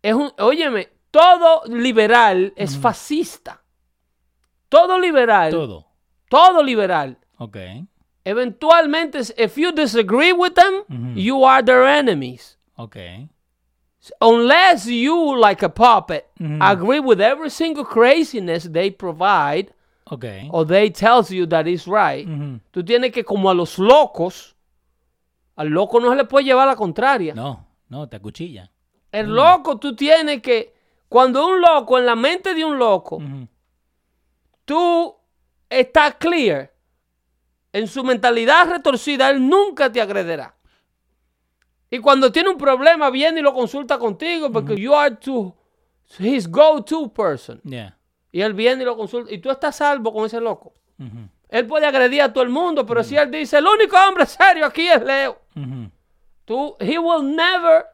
Es un, óyeme, todo liberal es fascista. Todo liberal, Todo. todo liberal. Ok. Eventualmente, if you disagree with them, Ujú. you are their enemies. Ok. unless you like a puppet Mhm. agree with every single craziness they provide Ok. or they tells you that is right Ujú. tú tienes que como a los locos al loco no se le puede llevar la contraria No, no, te acuchilla. el loco tú tienes que cuando un loco en la mente de un loco Ujú. tú estás clear en su mentalidad retorcida él nunca te agredirá y cuando tiene un problema viene y lo consulta contigo porque you are to his go-to person. Ya. Y él viene y lo consulta. Y tú estás salvo con ese loco. Ujú. Él puede agredir a todo el mundo, pero si él dice, el único hombre serio aquí es Leo. Ujú. Tú, he will never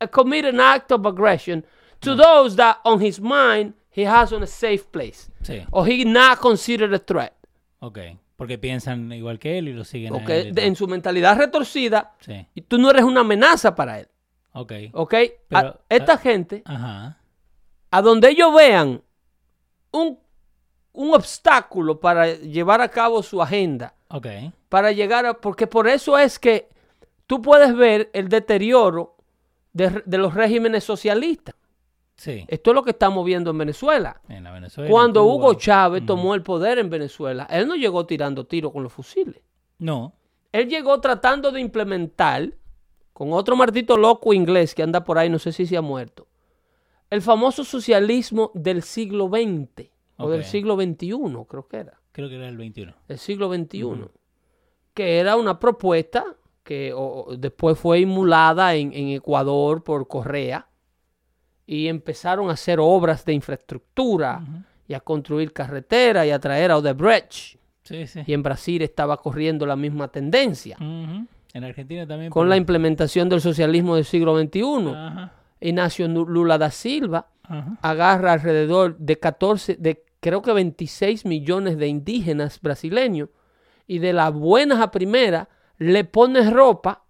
uh, commit an act of aggression to those that on his mind he has on a safe place. Sí. Or he not considered a threat. Ok. Porque piensan igual que él y lo siguen. a ¿ok? él y De- todo. en su mentalidad retorcida, Sí. y tú no eres una amenaza para él. Ok. ¿Ok? Pero, A- esta ah, gente, Ajá. a donde ellos vean un, un obstáculo para llevar a cabo su agenda, Ok. para llegar a... Porque por eso es que tú puedes ver el deterioro de, re- de los regímenes socialistas. Sí. Esto es lo que estamos viendo en Venezuela. En la Venezuela. Eh, Cuando Cuba. Hugo Chávez tomó el poder en Venezuela, él no llegó tirando tiros con los fusiles. No. Él llegó tratando de implementar con otro martito loco inglés que anda por ahí, no sé si se ha muerto, el famoso socialismo del siglo XX o del Ok. siglo XXI, creo que era, Creo que era el 21. del siglo XXI, que era una propuesta que o- o después fue emulada en, en Ecuador por Correa y empezaron a hacer obras de infraestructura y a construir carreteras y a traer a Odebrecht. Sí, sí. Y en Brasil estaba corriendo la misma tendencia Ujú. En Argentina también. con pero- la implementación del socialismo del siglo XXI. Ajá. Ignacio Nu- Lula da Silva Ajá. agarra alrededor de 14, de creo que 26 millones de indígenas brasileños y de las buenas a primeras le pone ropa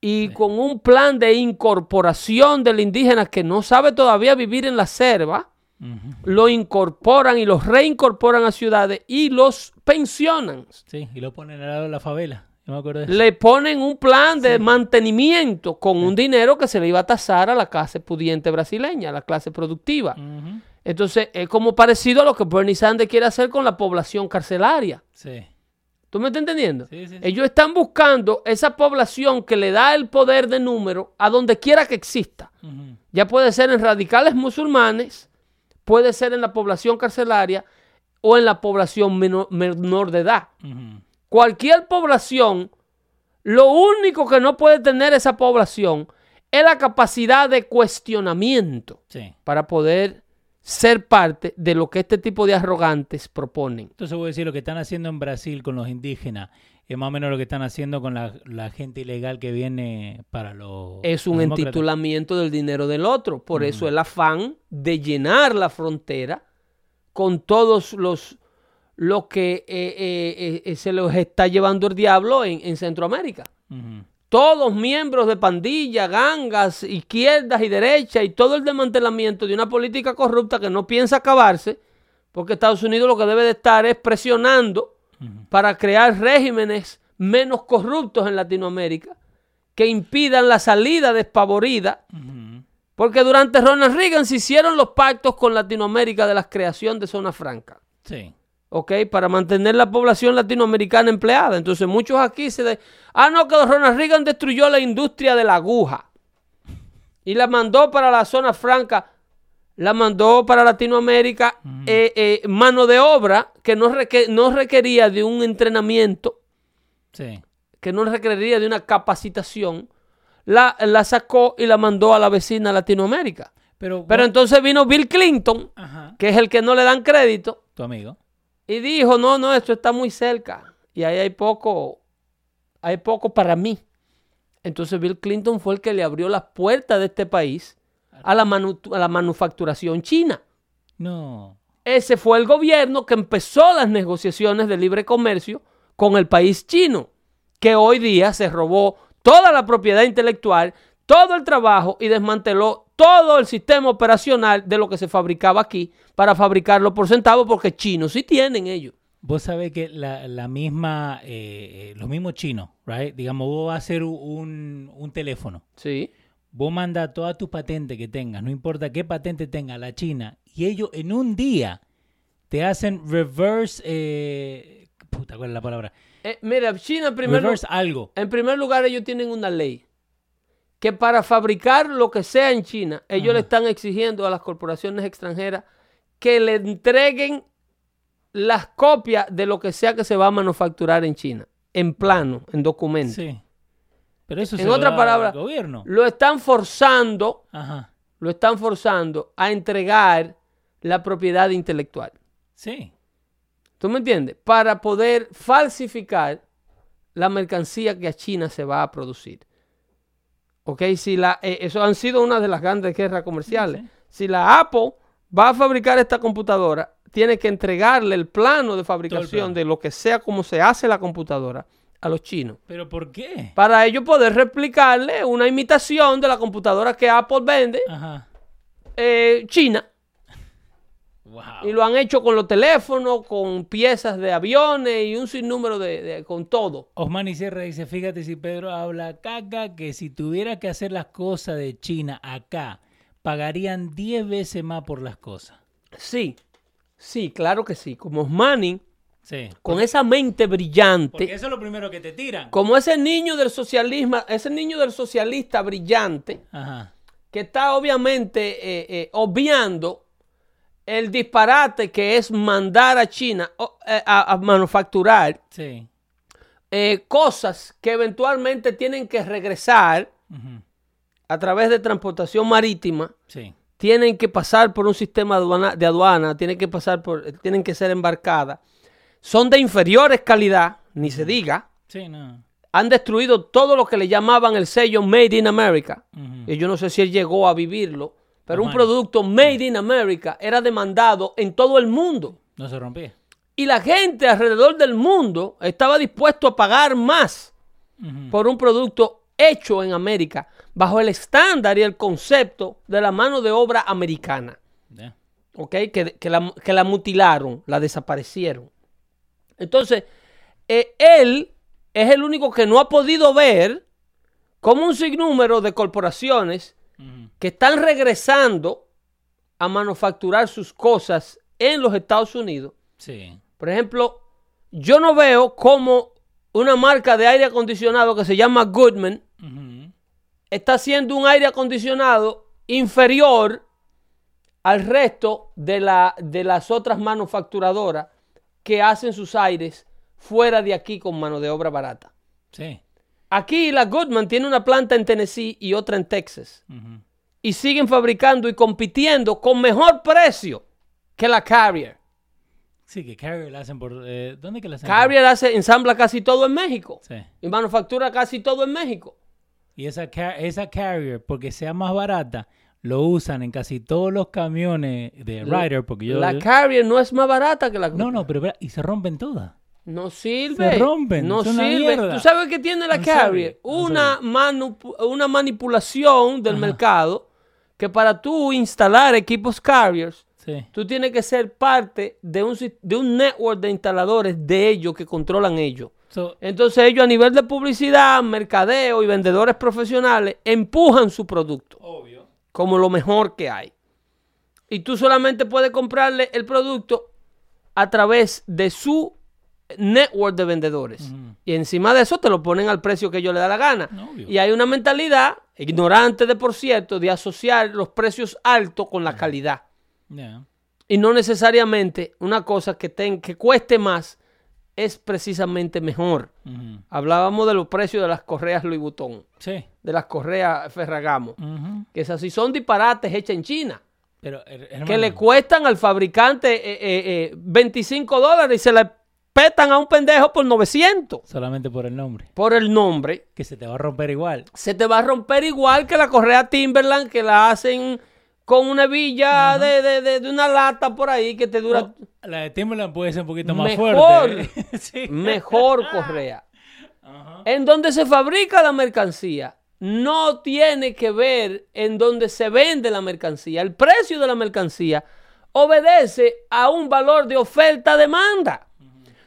y con un plan de incorporación del indígena que no sabe todavía vivir en la selva, Ujú. lo incorporan y los reincorporan a ciudades y los pensionan. Sí. Y lo ponen al lado de la favela. Yo me acuerdo de eso. [laughs] le ponen un plan de mantenimiento con un dinero que se le iba a tasar a la clase pudiente brasileña, a la clase productiva. Ujú. Entonces, es como parecido a lo que Bernie Sanders quiere hacer con la población carcelaria. Sí. ¿Tú me estás entendiendo? Sí, sí, sí. Ellos están buscando esa población que le da el poder de número a donde quiera que exista. Ujú. Ya puede ser en radicales musulmanes, puede ser en la población carcelaria o en la población meno- menor de edad. Ujú. Cualquier población, lo único que no puede tener esa población es la capacidad de cuestionamiento Sí. para poder ser parte de lo que este tipo de arrogantes proponen. Entonces voy a decir lo que están haciendo en Brasil con los indígenas es más o menos lo que están haciendo con la, la gente ilegal que viene para los Es un los demócratas. entitulamiento del dinero del otro. Por eso el afán de llenar la frontera con todos los lo que eh, eh, eh, eh, se los está llevando el diablo en- en Centroamérica. Ujú. todos miembros de pandillas, gangas, izquierdas y derechas y todo el desmantelamiento de una política corrupta que no piensa acabarse, porque Estados Unidos lo que debe de estar es presionando para crear regímenes menos corruptos en Latinoamérica que impidan la salida despavorida, Ujú. porque durante Ronald Reagan se hicieron los pactos con Latinoamérica de la creación de zona franca. Sí. ¿ok? Para mantener la población latinoamericana empleada. Entonces muchos aquí se... De... Ah, no, que Ronald Reagan destruyó la industria de la aguja y la mandó para la zona franca, la mandó para Latinoamérica, eh, eh, mano de obra que no, reque- no requería de un entrenamiento, Sí. que no requeriría de una capacitación. La, la sacó y la mandó a la vecina Latinoamérica. Pero, Pero vos- entonces vino Bill Clinton, Ajá. que es el que no le dan crédito, Tu amigo. y dijo, no, no, esto está muy cerca. Y ahí hay poco, hay poco para mí. Entonces Bill Clinton fue el que le abrió las puertas de este país a la, manu- a la manufacturación china. No. Ese fue el gobierno que empezó las negociaciones de libre comercio con el país chino, que hoy día se robó toda la propiedad intelectual, todo el trabajo y desmanteló todo el sistema operacional de lo que se fabricaba aquí para fabricarlo por centavo, porque chinos sí tienen ellos. Vos sabés que la, la misma, eh, eh, los mismos chinos, right? Digamos, vos vas a hacer un, un teléfono. Sí. Vos mandas todas tus patentes que tengas, no importa qué patente tenga la China, y ellos en un día te hacen reverse, eh, puta, ¿cuál es la palabra? Eh, mira, China en primer, lu- Reverse algo. en primer lugar ellos tienen una ley que para fabricar lo que sea en China, ellos le están exigiendo a las corporaciones extranjeras que le entreguen las copias de lo que sea que se va a manufacturar en China, en plano, en documento. Sí. Pero eso En se lo otra da palabra, el gobierno. Lo están forzando, Ajá. lo están forzando a entregar la propiedad intelectual. Sí. ¿Tú me entiendes? Para poder falsificar la mercancía que a China se va a producir. ¿Ok? Si la, eh, eso han sido una de las grandes guerras comerciales. Si la Apple va a fabricar esta computadora, tiene que entregarle el plano de fabricación plano. de lo que sea como se hace la computadora a los chinos. ¿Pero por qué? Para ellos poder replicarle una imitación de la computadora que Apple vende, Ajá. eh, China. Wow. Y lo han hecho con los teléfonos, con piezas de aviones y un sinnúmero de, de- con todo. Osmani Sierra dice, fíjate si Pedro habla caca, que si tuviera que hacer las cosas de China acá, pagarían 10 veces más por las cosas. Sí, sí, claro que sí. Como Osmani, Sí. con esa mente Porque brillante, eso es lo primero que te tiran. como ese niño del socialismo, ese niño del socialista brillante, Ajá. que está obviamente eh, eh, obviando el disparate que es mandar a China o- eh, a- a manufacturar Sí. eh, cosas que eventualmente tienen que regresar Ujú. a través de transportación marítima, Sí. tienen que pasar por un sistema aduana- de aduana, tienen que pasar por, tienen que ser embarcadas. Son de inferiores calidad, ni se diga. Sí, no. Han destruido todo lo que le llamaban el sello Made in America. Ujú. Y yo no sé si él llegó a vivirlo, pero un Omar. producto Made in America era demandado en todo el mundo. No se rompía. Y la gente alrededor del mundo estaba dispuesto a pagar más Ujú. por un producto hecho en América bajo el estándar y el concepto de la mano de obra americana, Ya. ¿ok? Que, que la, que la mutilaron, la desaparecieron. Entonces, eh, él es el único que no ha podido ver cómo un sinnúmero de corporaciones Ujú. que están regresando a manufacturar sus cosas en los Estados Unidos Sí. por ejemplo, yo no veo cómo una marca de aire acondicionado que se llama Goodman Ujú. está haciendo un aire acondicionado inferior al resto de, la- de las otras manufacturadoras que hacen sus aires fuera de aquí con mano de obra barata. Sí. Aquí la Goodman tiene una planta en Tennessee y otra en Texas Ujú. y siguen fabricando y compitiendo con mejor precio que la Carrier. Sí, que Carrier la hacen por... eh, ¿Dónde que la hacen? por? Carrier hace ensambla casi todo en México. Sí. y manufactura casi todo en México. Y esa, ca- esa Carrier, porque sea más barata, lo usan en casi todos los camiones de Ryder, porque yo... La Carrier no es más barata que la no, no, pero espera, y se rompen todas. No sirve. Se rompen, No es una sirve. mierda. ¿Tú sabes qué tiene la I'm Carrier? sorry, I'm Una, manu- una manipulación del mercado que para tú instalar equipos Carriers, Sí. tú tienes que ser parte de un, sis- de un network de instaladores de ellos que controlan ellos. So, Entonces ellos a nivel de publicidad, mercadeo y vendedores profesionales empujan su producto. Como lo mejor que hay. Y tú solamente puedes comprarle el producto a través de su network de vendedores. Y encima de eso te lo ponen al precio que ellos le da la gana. Obvio. Y hay una mentalidad ignorante de por cierto de asociar los precios altos con la calidad ya. y no necesariamente una cosa que, ten- que cueste más es precisamente mejor. Ujú. Hablábamos de los precios de las correas Louis Vuitton, Sí. de las correas Ferragamo, Ujú. que esas sí son disparates hechas en China, Pero, her- que le hermano, cuestan al fabricante eh, eh, eh, 25 dólares y se le petan a un pendejo por 900 solamente por el nombre, por el nombre. que se te va a romper igual. Se te va a romper igual que la correa Timberland que la hacen con una hebilla de, de- de- de una lata por ahí que te dura... La de Timberland puede ser un poquito más Mejor. fuerte. [laughs] ¿eh? sí. mejor correa. En donde se fabrica la mercancía no tiene que ver en donde se vende la mercancía. El precio de la mercancía obedece a un valor de oferta-demanda.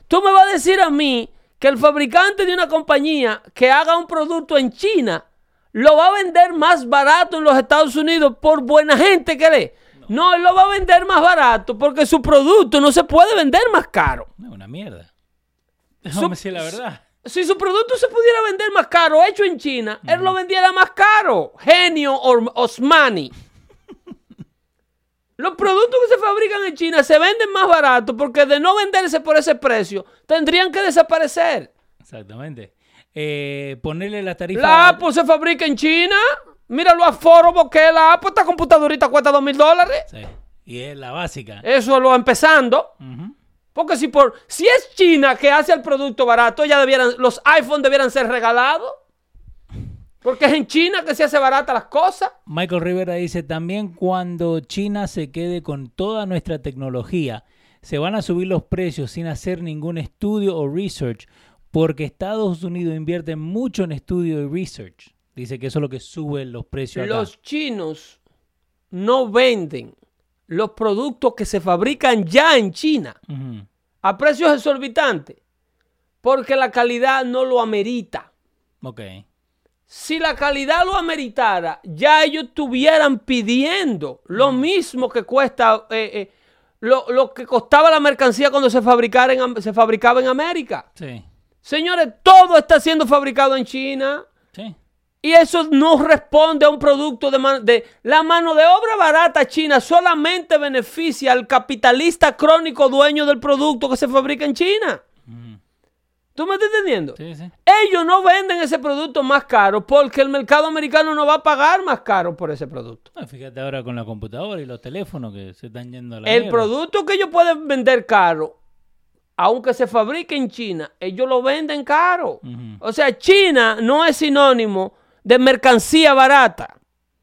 Tú me vas a decir a mí que el fabricante de una compañía que haga un producto en China lo va a vender más barato en los Estados Unidos por buena gente que le. No, él lo va a vender más barato porque su producto no se puede vender más caro. No, una mierda. Déjame decir la verdad. Si su producto se pudiera vender más caro, hecho en China, él lo vendiera más caro. Genio Or- Osmani. Los productos que se fabrican en China se venden más barato porque de no venderse por ese precio, tendrían que desaparecer. Exactamente. Eh, ponerle la tarifa. La Apple se fabrica en China. Míralo a Foro porque la Apple, esta computadorita cuesta dos mil dólares. Sí. Y es la básica. Eso lo empezando. Ujú. Porque si, por, si es China que hace el producto barato, ya debieran, los iPhone debieran ser regalados. Porque es en China que se hace barata las cosas. Michael Rivera dice también cuando China se quede con toda nuestra tecnología, se van a subir los precios sin hacer ningún estudio o research, porque Estados Unidos invierte mucho en estudio y research. Dice que eso es lo que sube los precios. acá. Los chinos no venden los productos que se fabrican ya en China Ujú. a precios exorbitantes, porque la calidad no lo amerita. Ok. Si la calidad lo ameritara, ya ellos estuvieran pidiendo lo mismo que cuesta, eh, eh, lo, lo que costaba la mercancía cuando se, fabricara en Am- se fabricaba en América. Sí. Señores, todo está siendo fabricado en China. Sí. Y eso no responde a un producto de, man- de- la mano de obra barata china solamente beneficia al capitalista crónico dueño del producto que se fabrica en China. ¿Tú me estás entendiendo? Sí, sí. Ellos no venden ese producto más caro porque el mercado americano no va a pagar más caro por ese producto. Ah, fíjate ahora con la computadora y los teléfonos que se están yendo a la El mierda. producto que ellos pueden vender caro, aunque se fabrique en China, ellos lo venden caro. Ujú, O sea, China no es sinónimo de mercancía barata.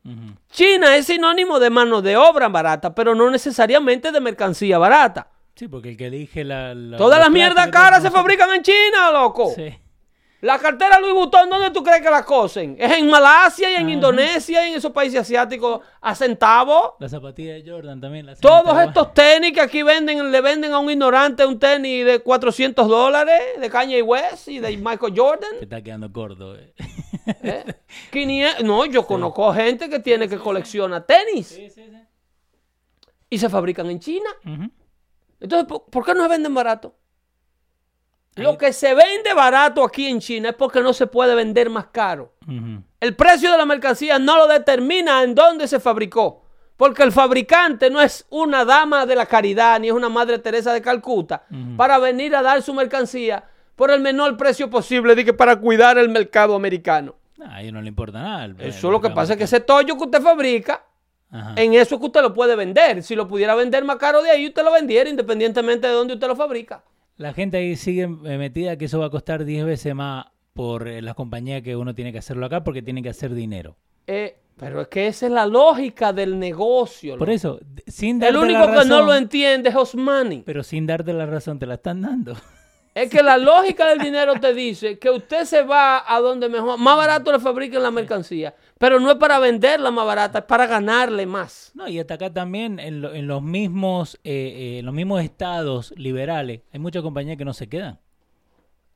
ujú. China es sinónimo de mano de obra barata, pero no necesariamente de mercancía barata. Sí, porque el que elige la... la- Todas los las mierdas plásticos, caras se no sé. fabrican en China, loco. Sí. La cartera Louis Vuitton, ¿dónde tú crees que la cosen? Es en Malasia y en Indonesia y en esos países asiáticos a centavos. La zapatilla de Jordan también. la hacen Todos en estos tenis que aquí venden, le venden a un ignorante un tenis de 400 dólares de Kanye West y de Michael Jordan. Te está quedando gordo. eh. [laughs] ¿eh? 500 no, yo conozco gente que tiene que colecciona tenis y se fabrican en China. Ujú. Entonces, ¿por, por qué no se venden barato? Lo que se vende barato aquí en China es porque no se puede vender más caro. Ujú. El precio de la mercancía no lo determina en dónde se fabricó. Porque el fabricante no es una dama de la caridad ni es una madre Teresa de Calcuta para venir a dar su mercancía por el menor precio posible, dije, para cuidar el mercado americano. Nah, a ellos no le importa nada. el- Eso el lo que mercado pasa es que americano. ese tollo que usted fabrica, Ajá. en eso es que usted lo puede vender. Si lo pudiera vender más caro de ahí, usted lo vendiera independientemente de dónde usted lo fabrica. La gente ahí sigue eh, metida que eso va a costar 10 veces más por eh, las compañías que uno tiene que hacerlo acá porque tiene que hacer dinero. Eh, pero es que esa es la lógica del negocio. Por loco. eso, d- sin darte el único la razón, que no lo entiende es Osmani. pero sin darte la razón te la están dando. [laughs] Es que la lógica del dinero te dice que usted se va a donde mejor, más barato le fabriquen la mercancía, pero no es para venderla más barata, es para ganarle más. No, y hasta acá también en, lo- en los mismos eh, eh, en los mismos estados liberales hay muchas compañías que no se quedan.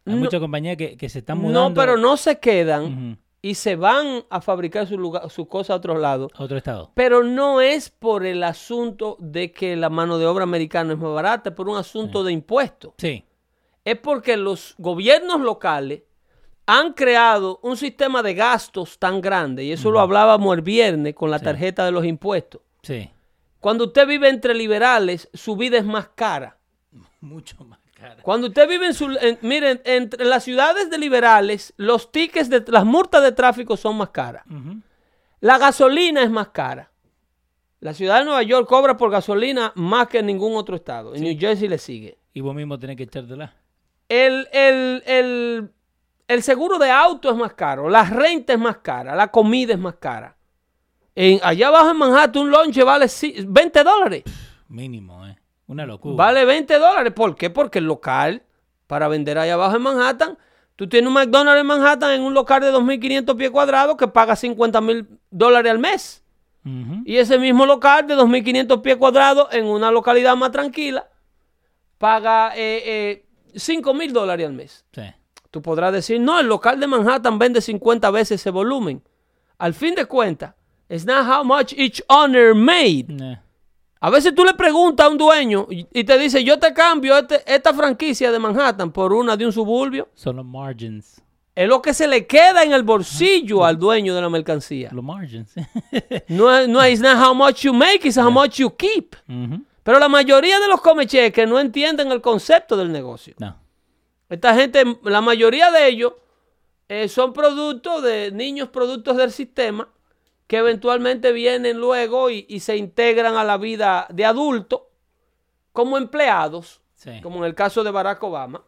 Hay No. muchas compañías que, que se están mudando No, pero no se quedan Ujú. y se van a fabricar su, lugar, su cosa a otros lados. a otro estado. Pero no es por el asunto de que la mano de obra americana es más barata, es por un asunto de impuestos. Sí. es porque los gobiernos locales han creado un sistema de gastos tan grande, y eso lo hablábamos el viernes con la tarjeta de los impuestos. Sí. Cuando usted vive entre liberales, su vida es más cara. Mucho más cara. Cuando usted vive en su... en- miren, entre las ciudades de liberales, los tickets, de, las multas de tráfico son más caras. Ujú. La gasolina es más cara. La ciudad de Nueva York cobra por gasolina más que en ningún otro estado. En New Jersey le sigue. Y vos mismo tenés que echártela. El, el- el- el seguro de auto es más caro, la renta es más cara, la comida es más cara. En- allá abajo en Manhattan un lonche vale si- 20 dólares. Mínimo, ¿eh? Una locura. Vale 20 dólares. ¿Por qué? Porque el local, para vender allá abajo en Manhattan, tú tienes un McDonald's en Manhattan en un local de 2.500 pies cuadrados que paga 50 mil dólares al mes. Ujú. Y ese mismo local de 2.500 pies cuadrados en una localidad más tranquila paga eh, eh, 5 mil dólares al mes. Sí. Tú podrás decir, no, el local de Manhattan vende 50 veces ese volumen. Al fin de cuentas, it's not how much each owner made. Nah. A veces tú le preguntas a un dueño y y te dice, yo te cambio este- esta franquicia de Manhattan por una de un suburbio. Son los margins. Es lo que se le queda en el bolsillo al dueño de la mercancía. Los margins. [laughs] No, es- no es it's not how much you make, it's how much you keep. Ujú. Pero la mayoría de los comecheques no entienden el concepto del negocio. No. Esta gente, la mayoría de ellos eh, son productos de niños, productos del sistema, que eventualmente vienen luego y, y se integran a la vida de adulto como empleados, Sí. como en el caso de Barack Obama.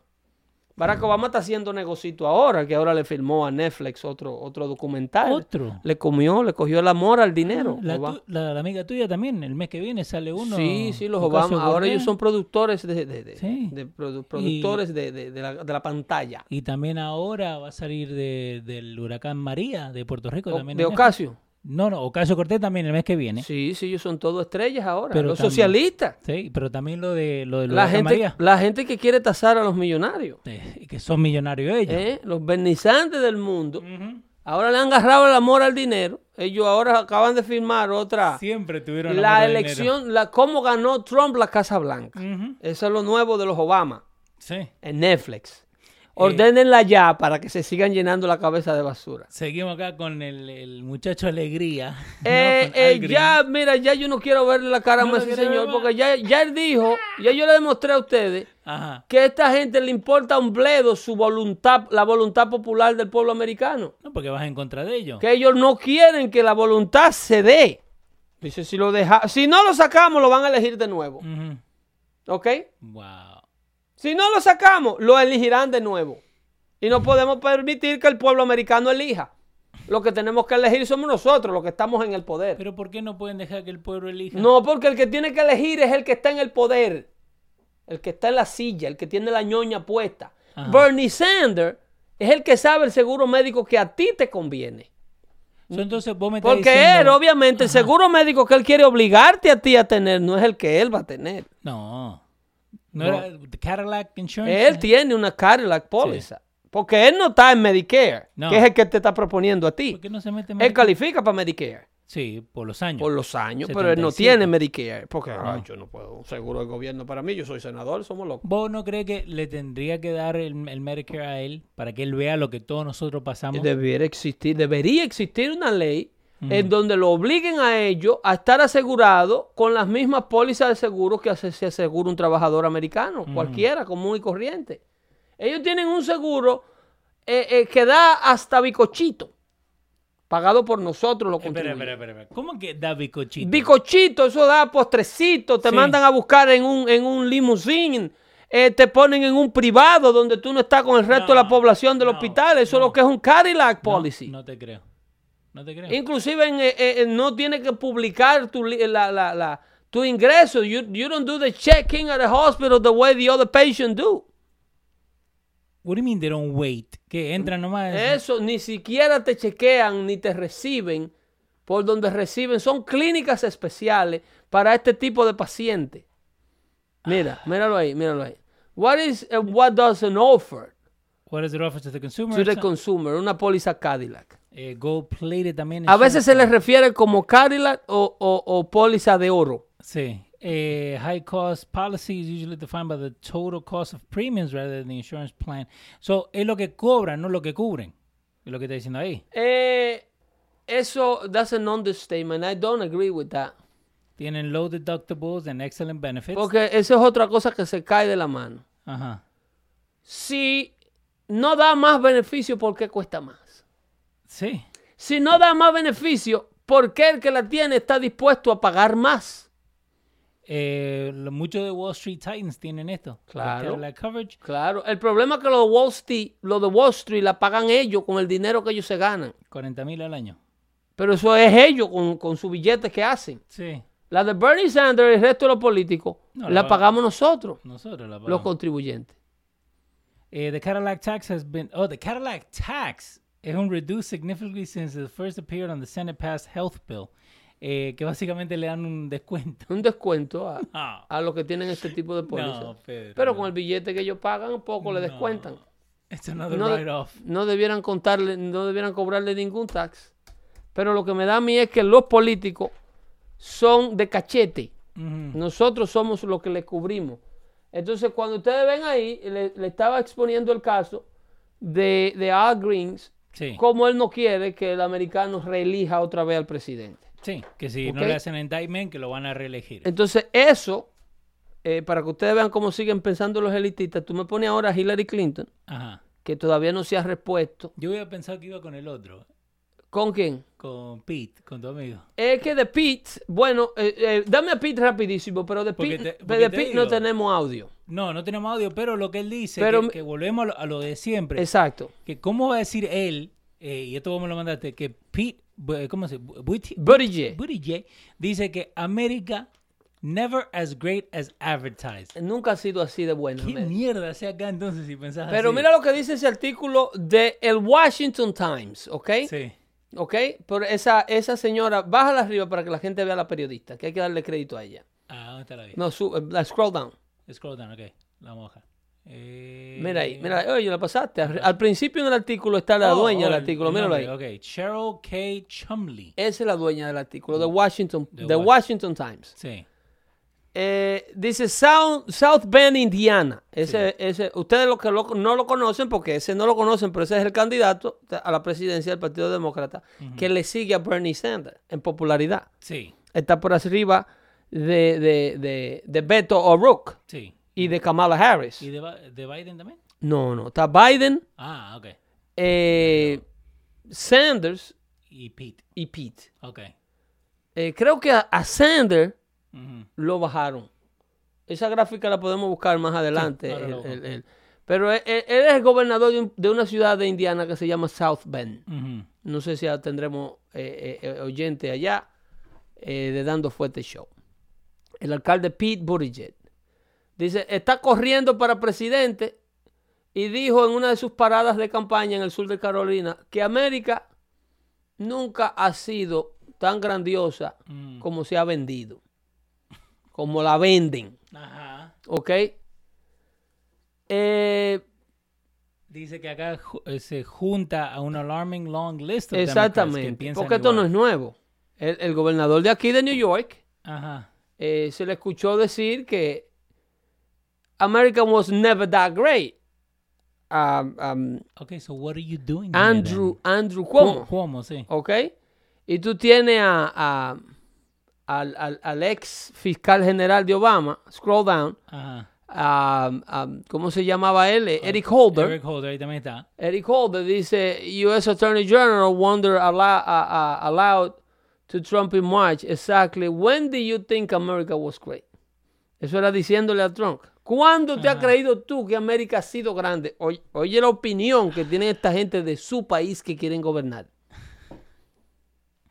Barack Obama está haciendo negocito ahora, que ahora le firmó a Netflix otro, otro documental. Otro. Ah, Le comió, le cogió el amor al dinero. La, Oba- tu- la- la amiga tuya también, el mes que viene sale uno. sí, sí, los Ocasio Obama. Ahora Cortez, ellos son productores de, de- de- Sí. de produ- productores de, de- de la, de la pantalla. Y también ahora va a salir de- del huracán María de Puerto Rico. O- también de el mes- Ocasio. No, no, Ocasio Cortés también el mes que viene. Sí, sí, ellos son todos estrellas ahora. ¿Eh? Pero los también- socialistas. Sí, pero también lo de lo del La huracán gente, María. la gente que quiere tasar a los millonarios. Eh, que son millonarios ellos. ¿eh? Los vernizantes del mundo. Ahora le han agarrado el amor al dinero. Ellos ahora acaban de firmar otra. Siempre tuvieron amor la al dinero. elección, la, cómo ganó Trump la Casa Blanca. Ujú. Eso es lo nuevo de los Obama Sí. en Netflix. Eh. Ordénenla ya para que se sigan llenando la cabeza de basura. Seguimos acá con el, el muchacho Alegría. [laughs] ¿no? Eh, Con eh, Al Green. ya, mira, ya yo no quiero verle la cara No lo más a ese quiere ver señor, más. porque ya, ya él dijo, ya yo le demostré a ustedes Ajá. que a esta gente le importa un bledo su voluntad, la voluntad popular del pueblo americano. No, porque vas en contra de ellos. que ellos no quieren que la voluntad se dé. Dice, si lo deja, si no lo sacamos, lo van a elegir de nuevo. Ujú. ¿Ok? Wow. Si no lo sacamos, lo elegirán de nuevo. Y no podemos permitir que el pueblo americano elija. Lo que tenemos que elegir somos nosotros, los que estamos en el poder. Pero ¿por qué no pueden dejar que el pueblo elija? No, porque el que tiene que elegir es el que está en el poder. El que está en la silla, el que tiene la ñoña puesta. Ajá. Bernie Sanders es el que sabe el seguro médico que a ti te conviene. So, entonces vos me estás Porque diciendo- él, obviamente, el seguro médico que él quiere obligarte a ti a tener no es el que él va a tener. No. No, No. era the Cadillac Insurance. Él tiene una Cadillac póliza. Porque él no está en Medicare, No. que es el que te está proponiendo a ti. ¿Por qué no se mete Él Medicare? califica para Medicare Sí, por los años. por los años, pero él no 75. tiene Medicare. Porque ah, yo no puedo, un seguro de gobierno para mí, yo soy senador, somos locos. ¿Vos no crees que le tendría que dar el, el Medicare a él para que él vea lo que todos nosotros pasamos? Debería existir, debería existir una ley en donde lo obliguen a ellos a estar asegurado con las mismas pólizas de seguro que hace- se asegura un trabajador americano, cualquiera, común y corriente. Ellos tienen un seguro eh, eh, que da hasta bicochito, pagado por nosotros los Espera, contribuyentes. espera, espera, espera. ¿Cómo que da bicochito? Bicochito, eso da postrecito, te Sí. mandan a buscar en un, en un limusín, eh, te ponen en un privado donde tú no estás con el resto de la No, población del no, hospital, eso es lo que es un Cadillac policy. No, no te creo. No te creo. Inclusive en, eh, eh, eh, no tiene que publicar tu, li- la, la, la- tu ingreso. You, you don't do the check-in at the hospital the way the other patient do. What do you mean they don't wait? Que entran nomás. Eso ni siquiera te chequean ni te reciben por donde reciben. Son clínicas especiales para este tipo de paciente. Mira, míralo ahí, míralo ahí. What is and what does an offer What is it offer to the consumer? to the consumer? Una póliza Cadillac. Eh, gold plated también. A veces se insurance. les refiere como Cadillac o, o- o póliza de oro. Sí. Eh, high cost policy is usually defined by the total cost of premiums rather than the insurance plan. So, es lo que cobran, no lo que cubren. Es lo que está diciendo ahí. Eh, eso, that's an understatement. I don't agree with that. Tienen low deductibles and excellent benefits. Porque eso es otra cosa que se cae de la mano. Ajá. Si no da más beneficio, ¿por qué cuesta más? Sí. Si no da más beneficio, ¿por qué el que la tiene está dispuesto a pagar más? Eh, lo- muchos de Wall Street Titans tienen esto. Los Claro. Cadillac coverage. Claro, el problema es que los de Wall Street, los de Wall Street la pagan ellos con el dinero que ellos se ganan. 40 mil al año. Pero eso es ellos con, con sus billetes que hacen. Sí. La de Bernie Sanders y el resto de los políticos No, la la- pagamos nosotros, Nosotros la pagamos. los contribuyentes. Eh, the Cadillac tax has been. Oh, the Cadillac tax es un reduced significantly since it first appeared on the Senate passed health bill. Eh, que básicamente le dan un descuento. Un descuento a, Ah, a los que tienen este tipo de pólizas. No, Pedro, Pero no. con el billete que ellos pagan, poco le descuentan. [laughs] it's another no, de- write-off. no debieran contarle, no debieran cobrarle ningún tax. Pero lo que me da a mí es que los políticos son de cachete. Nosotros somos los que les cubrimos. Entonces, cuando ustedes ven ahí, le, le estaba exponiendo el caso de, de Al Greens, Sí. cómo él no quiere que el americano reelija otra vez al presidente. Sí, que si no Ok. le hacen indictment, que lo van a reelegir. Entonces, eso, eh, para que ustedes vean cómo siguen pensando los elitistas, tú me pones ahora a Hillary Clinton, Ajá. que todavía no se ha respuesto. Yo hubiera pensado que iba con el otro. ¿Con quién? Con Pete, con tu amigo. Es que de Pete, bueno, eh, eh, dame a Pete rapidísimo, pero de Porque Pete, te- de porque te Pete digo. no tenemos audio. No, no tenemos audio, pero lo que él dice, Pero que, me- que volvemos a lo, a lo de siempre, Exacto. que cómo va a decir él, eh, y esto vos me lo mandaste, que Pete, bu- eh, ¿cómo se bu- Buttig- Buttigieg. Buttigieg dice que América never as great as advertised. Nunca ha sido así de bueno. ¿Qué mierda sea acá entonces si pensás Pero así? mira lo que dice ese artículo de el Washington Times, ¿ok? Sí. ¿Ok? Por esa, esa señora, bájala arriba para que la gente vea a la periodista, que hay que darle crédito a ella. Ah, ¿dónde está la vida? No, sube, la scroll down. Scroll down, ok. La moja. Eh, Mira ahí, mira, ahí. oye, la pasaste. Al, al principio del artículo está la oh, dueña oh, del el- artículo, el míralo ahí. nombre, Ok, Cheryl K. Chumley. Esa es la dueña del artículo, de Washington, Mm. The The Wa- Washington Times. Sí. Eh, dice South, South Bend, Indiana. Ese, ese, ustedes lo que lo- no lo conocen, porque ese no lo conocen, pero ese es el candidato a la presidencia del Partido Demócrata que le sigue a Bernie Sanders en popularidad. Sí, Está por arriba de, de, de, de Beto O'Rourke sí. y de Kamala Harris. Mm. ¿Y de, Ba- de Biden también? No, no, está Biden, Ah, ok. eh, Sanders Y Pete. y Pete. Ok. Eh, creo que a, a Sanders Ujú. lo bajaron. Esa gráfica la podemos buscar más adelante. ahora el- lo busco. el- el- pero e- e- él, es el gobernador de, un- de una ciudad de Indiana que se llama South Bend. Ujú. No sé si ya tendremos eh, eh, eh, oyente allá eh, de Dando Fuerte Show. El alcalde Pete Buttigieg dice, está corriendo para presidente y dijo en una de sus paradas de campaña en el sur de Carolina que América nunca ha sido tan grandiosa Mm. como se ha vendido, como la venden, Ajá. ¿ok? Eh, Dice que acá ju- eh, se junta a una alarming long list of Democrats que exactamente, piensan porque esto no igual. es nuevo. El, el gobernador de aquí de New York Ajá. eh, se le escuchó decir que America was never that great. a um, Ok, so what are you doing here Andrew, then? Andrew Cuomo. Cuomo, Cuomo, sí. ¿ok? Y tú tienes a, a- al, al- al ex fiscal general de Obama, scroll down, Ajá. a, a- um, ¿cómo se llamaba él? Eh, Eric Holder. Eric Holder, ahí también está. Eric Holder dice, U.S. Attorney General wonder allow, uh, uh, allowed to Trump in March, exactly when do you think America was great? Eso era diciéndole a Trump. ¿Cuándo te has creído tú que América ha sido grande? Oye, oye la opinión que tiene esta gente de su país que quieren [laughs] gobernar.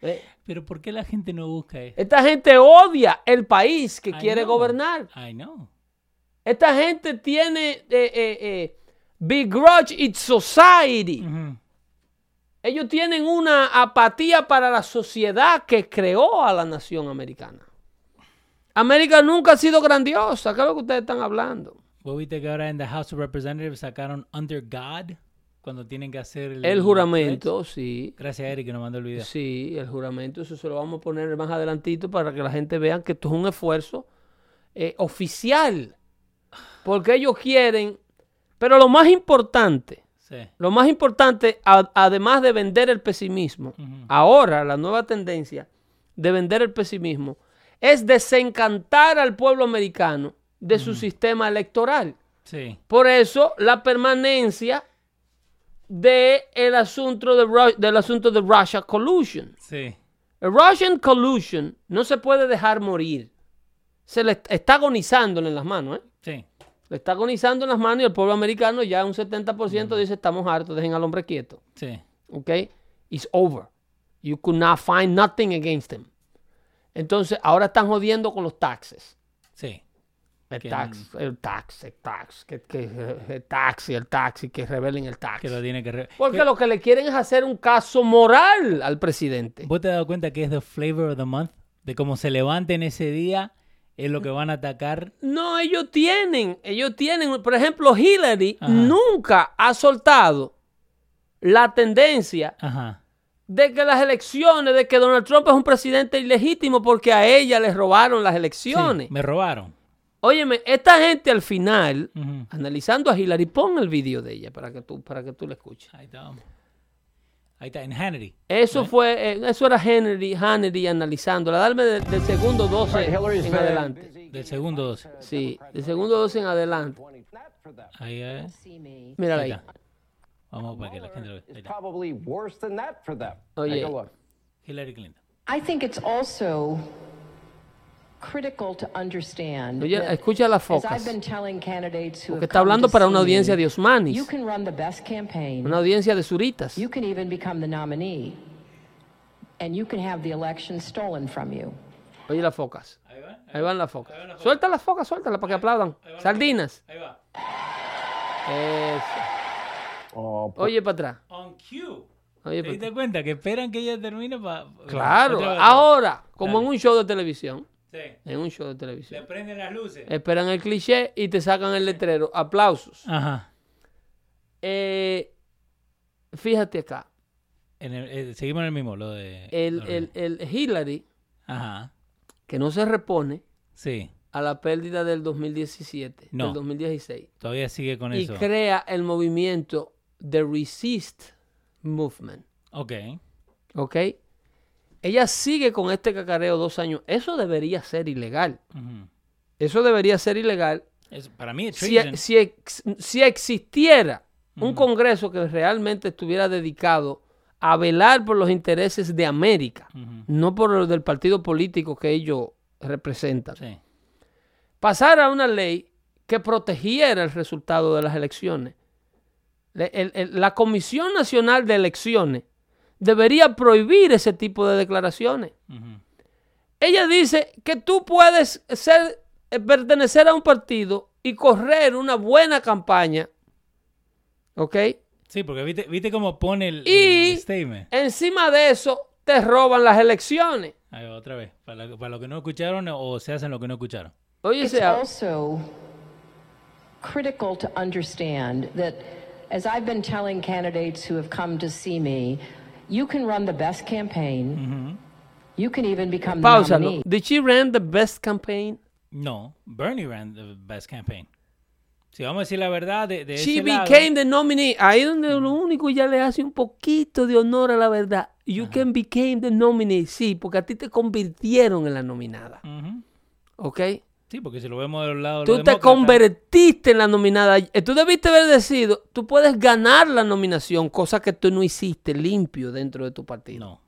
Eh, Pero ¿por qué la gente no busca esto? Esta gente odia el país que I quiere know, gobernar. I know. Esta gente tiene eh, eh, eh, begrudge its society. Ujú. Ellos tienen una apatía para la sociedad que creó a la nación americana. América nunca ha sido grandiosa. ¿Qué es lo que ustedes están hablando? ¿Vos viste que ahora en the House of Representatives sacaron Under God? Cuando tienen que hacer el, El juramento, sí. Gracias a Eric que nos mandó el video. Sí, el juramento, eso se lo vamos a poner más adelantito para que la gente vea que esto es un esfuerzo eh, oficial. Porque ellos quieren. Pero lo más importante, Sí. Lo más importante, a- además de vender el pesimismo, ahora la nueva tendencia de vender el pesimismo es desencantar al pueblo americano de su sistema electoral. Sí. Por eso la permanencia de el asunto de Ru- del asunto de Russia collusion. Sí. El Russian collusion no se puede dejar morir. Se le est- está agonizándole en las manos, ¿eh? Sí. Le está agonizando en las manos y el pueblo americano ya un 70% dice estamos hartos, dejen al hombre quieto. Sí. ¿Ok? It's over. You could not find nothing against them. Entonces, ahora están jodiendo con los taxes. Sí. El Que- tax, el tax, el tax, que, que- el taxi, el taxi, que revelen el tax. Que lo tiene que... re- Porque lo que le quieren es hacer un caso moral al presidente. ¿Vos te has dado cuenta que es the flavor of the month? De cómo se levanten ese día es lo que van a atacar. No, ellos tienen, ellos tienen, por ejemplo, Hillary Ajá. nunca ha soltado la tendencia Ajá. de que las elecciones, de que Donald Trump es un presidente ilegítimo porque a ella les robaron las Sí, elecciones. me robaron. Óyeme, esta gente al final, Ujú. analizando a Hillary, pon el video de ella para que tú, para que tú la escuches. Ahí está. Ahí está, en Hannity. Eso fue, eh, eso era Henry, Hannity analizándola. Dame de- del segundo 12 en adelante. Del segundo 12. Sí, del segundo 12 en adelante. Ahí es. see me. Mírala ahí. Ahí está. Vamos para que la gente lo It's vea. probably worse than that for them. Oye. Take a look. Hillary Clinton. I think it's also critical to understand. Oye, that escucha las as focas. I've been telling candidates who eh, Porque have está come hablando to para see una me, audiencia de Osmanis, You can run the best campaign. una audiencia de suritas. You can even become the nominee. And you can have the election stolen from you. Oye las focas. Ahí va. Ahí van las focas. Suelta las focas, suéltalas para que aplaudan. Sardinas. Ahí va. Eso. Oh, Oye para atrás. On cue. Oye ¿Te para atrás. diste cuenta que esperan que ella termine para. Claro. Ahora, como en un show de televisión, Sí. en un show de Le televisión, prenden las luces. esperan el cliché y te sacan el letrero. Aplausos. Ajá. Eh, fíjate acá. En el- eh, seguimos en el mismo, lo de. El, lo de- el, el Hillary, Ajá. que no se repone Sí. a la pérdida del 2017, No. del 2016, Todavía sigue con y eso. crea el movimiento The Resist Movement. Ok. ¿Ok? Ella sigue con este cacareo dos años. Eso debería ser ilegal. Ujú. Eso debería ser ilegal. Es- para mí es Si, e- treason. si ex- si existiera un Congreso que realmente estuviera dedicado a velar por los intereses de América, Ujú. no por los del partido político que ellos representan, Sí. pasara una ley que protegiera el resultado de las elecciones. Le- el- el- la Comisión Nacional de Elecciones debería prohibir ese tipo de declaraciones. Ujú. Ella dice que tú puedes ser, eh, pertenecer a un partido y correr una buena campaña, ¿ok? Sí, porque viste, viste cómo pone el, Y- el statement. Encima de eso, te roban las elecciones. Ahí va, otra vez. Para, la- para los que no escucharon o se hacen lo que no escucharon. Oye, It's sea, also critical to understand that, as I've been telling candidates who have come to see me, you can run the best campaign. Mm-hmm. You can even become the pausalo. nominee. Did she run the best campaign? No, Bernie ran the best campaign. Si vamos a decir la verdad, de, de She ese lado- became the nominee. Ahí es donde lo único ya le hace un poquito de honor a la verdad. You can became the nominee. Sí, porque a ti te convirtieron en la nominada. Ujú. ¿Ok? Sí, porque si lo vemos del lado de los Tú te demócratas- convertiste en la nominada. Eh, Tú debiste haber decidido, tú puedes ganar la nominación, cosa que tú no hiciste limpio dentro de tu partido. No.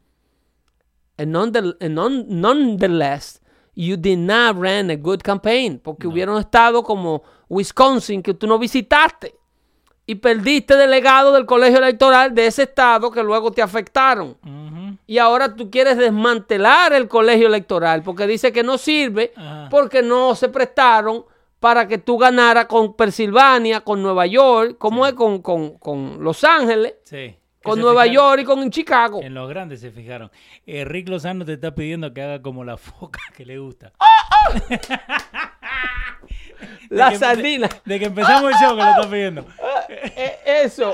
And nonethe- and non- nonetheless, you did not run a good campaign, porque hubieron estados como Wisconsin que tú no visitaste y perdiste delegado del colegio electoral de ese estado que luego te afectaron. Ujú. Y ahora tú quieres desmantelar el colegio electoral porque dice que no sirve Ajá. porque no se prestaron para que tú ganaras con Pensilvania, con Nueva York, como es con, con- con Los Ángeles, Sí. Que con se Nueva fijaron- York y con Chicago. En los grandes se fijaron. Eh, Rick Lozano te está pidiendo que haga como la foca [laughs] que le gusta. Ah, La que empe- sardina. De que empezamos el show que lo está pidiendo. Eh, Eso,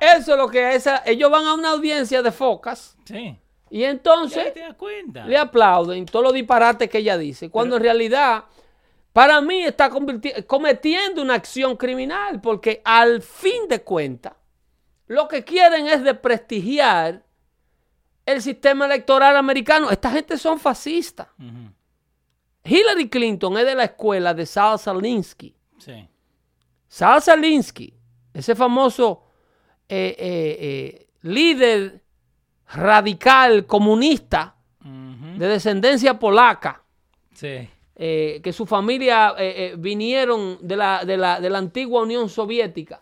eso es lo que esa, ellos van a una audiencia de focas Sí. y entonces Ya te das cuenta. le aplauden todos los disparates que ella dice, cuando en realidad para mí está convirti- cometiendo una acción criminal, porque al fin de cuentas lo que quieren es desprestigiar el sistema electoral americano. Esta gente son fascistas. Ujú. Hillary Clinton es de la escuela de Sal Salinsky. Sí. Sal Salinsky, ese famoso eh, eh, eh, líder radical comunista Ujú. de descendencia polaca, Sí. eh, que su familia eh, eh, vinieron de la, de, la, de la antigua Unión Soviética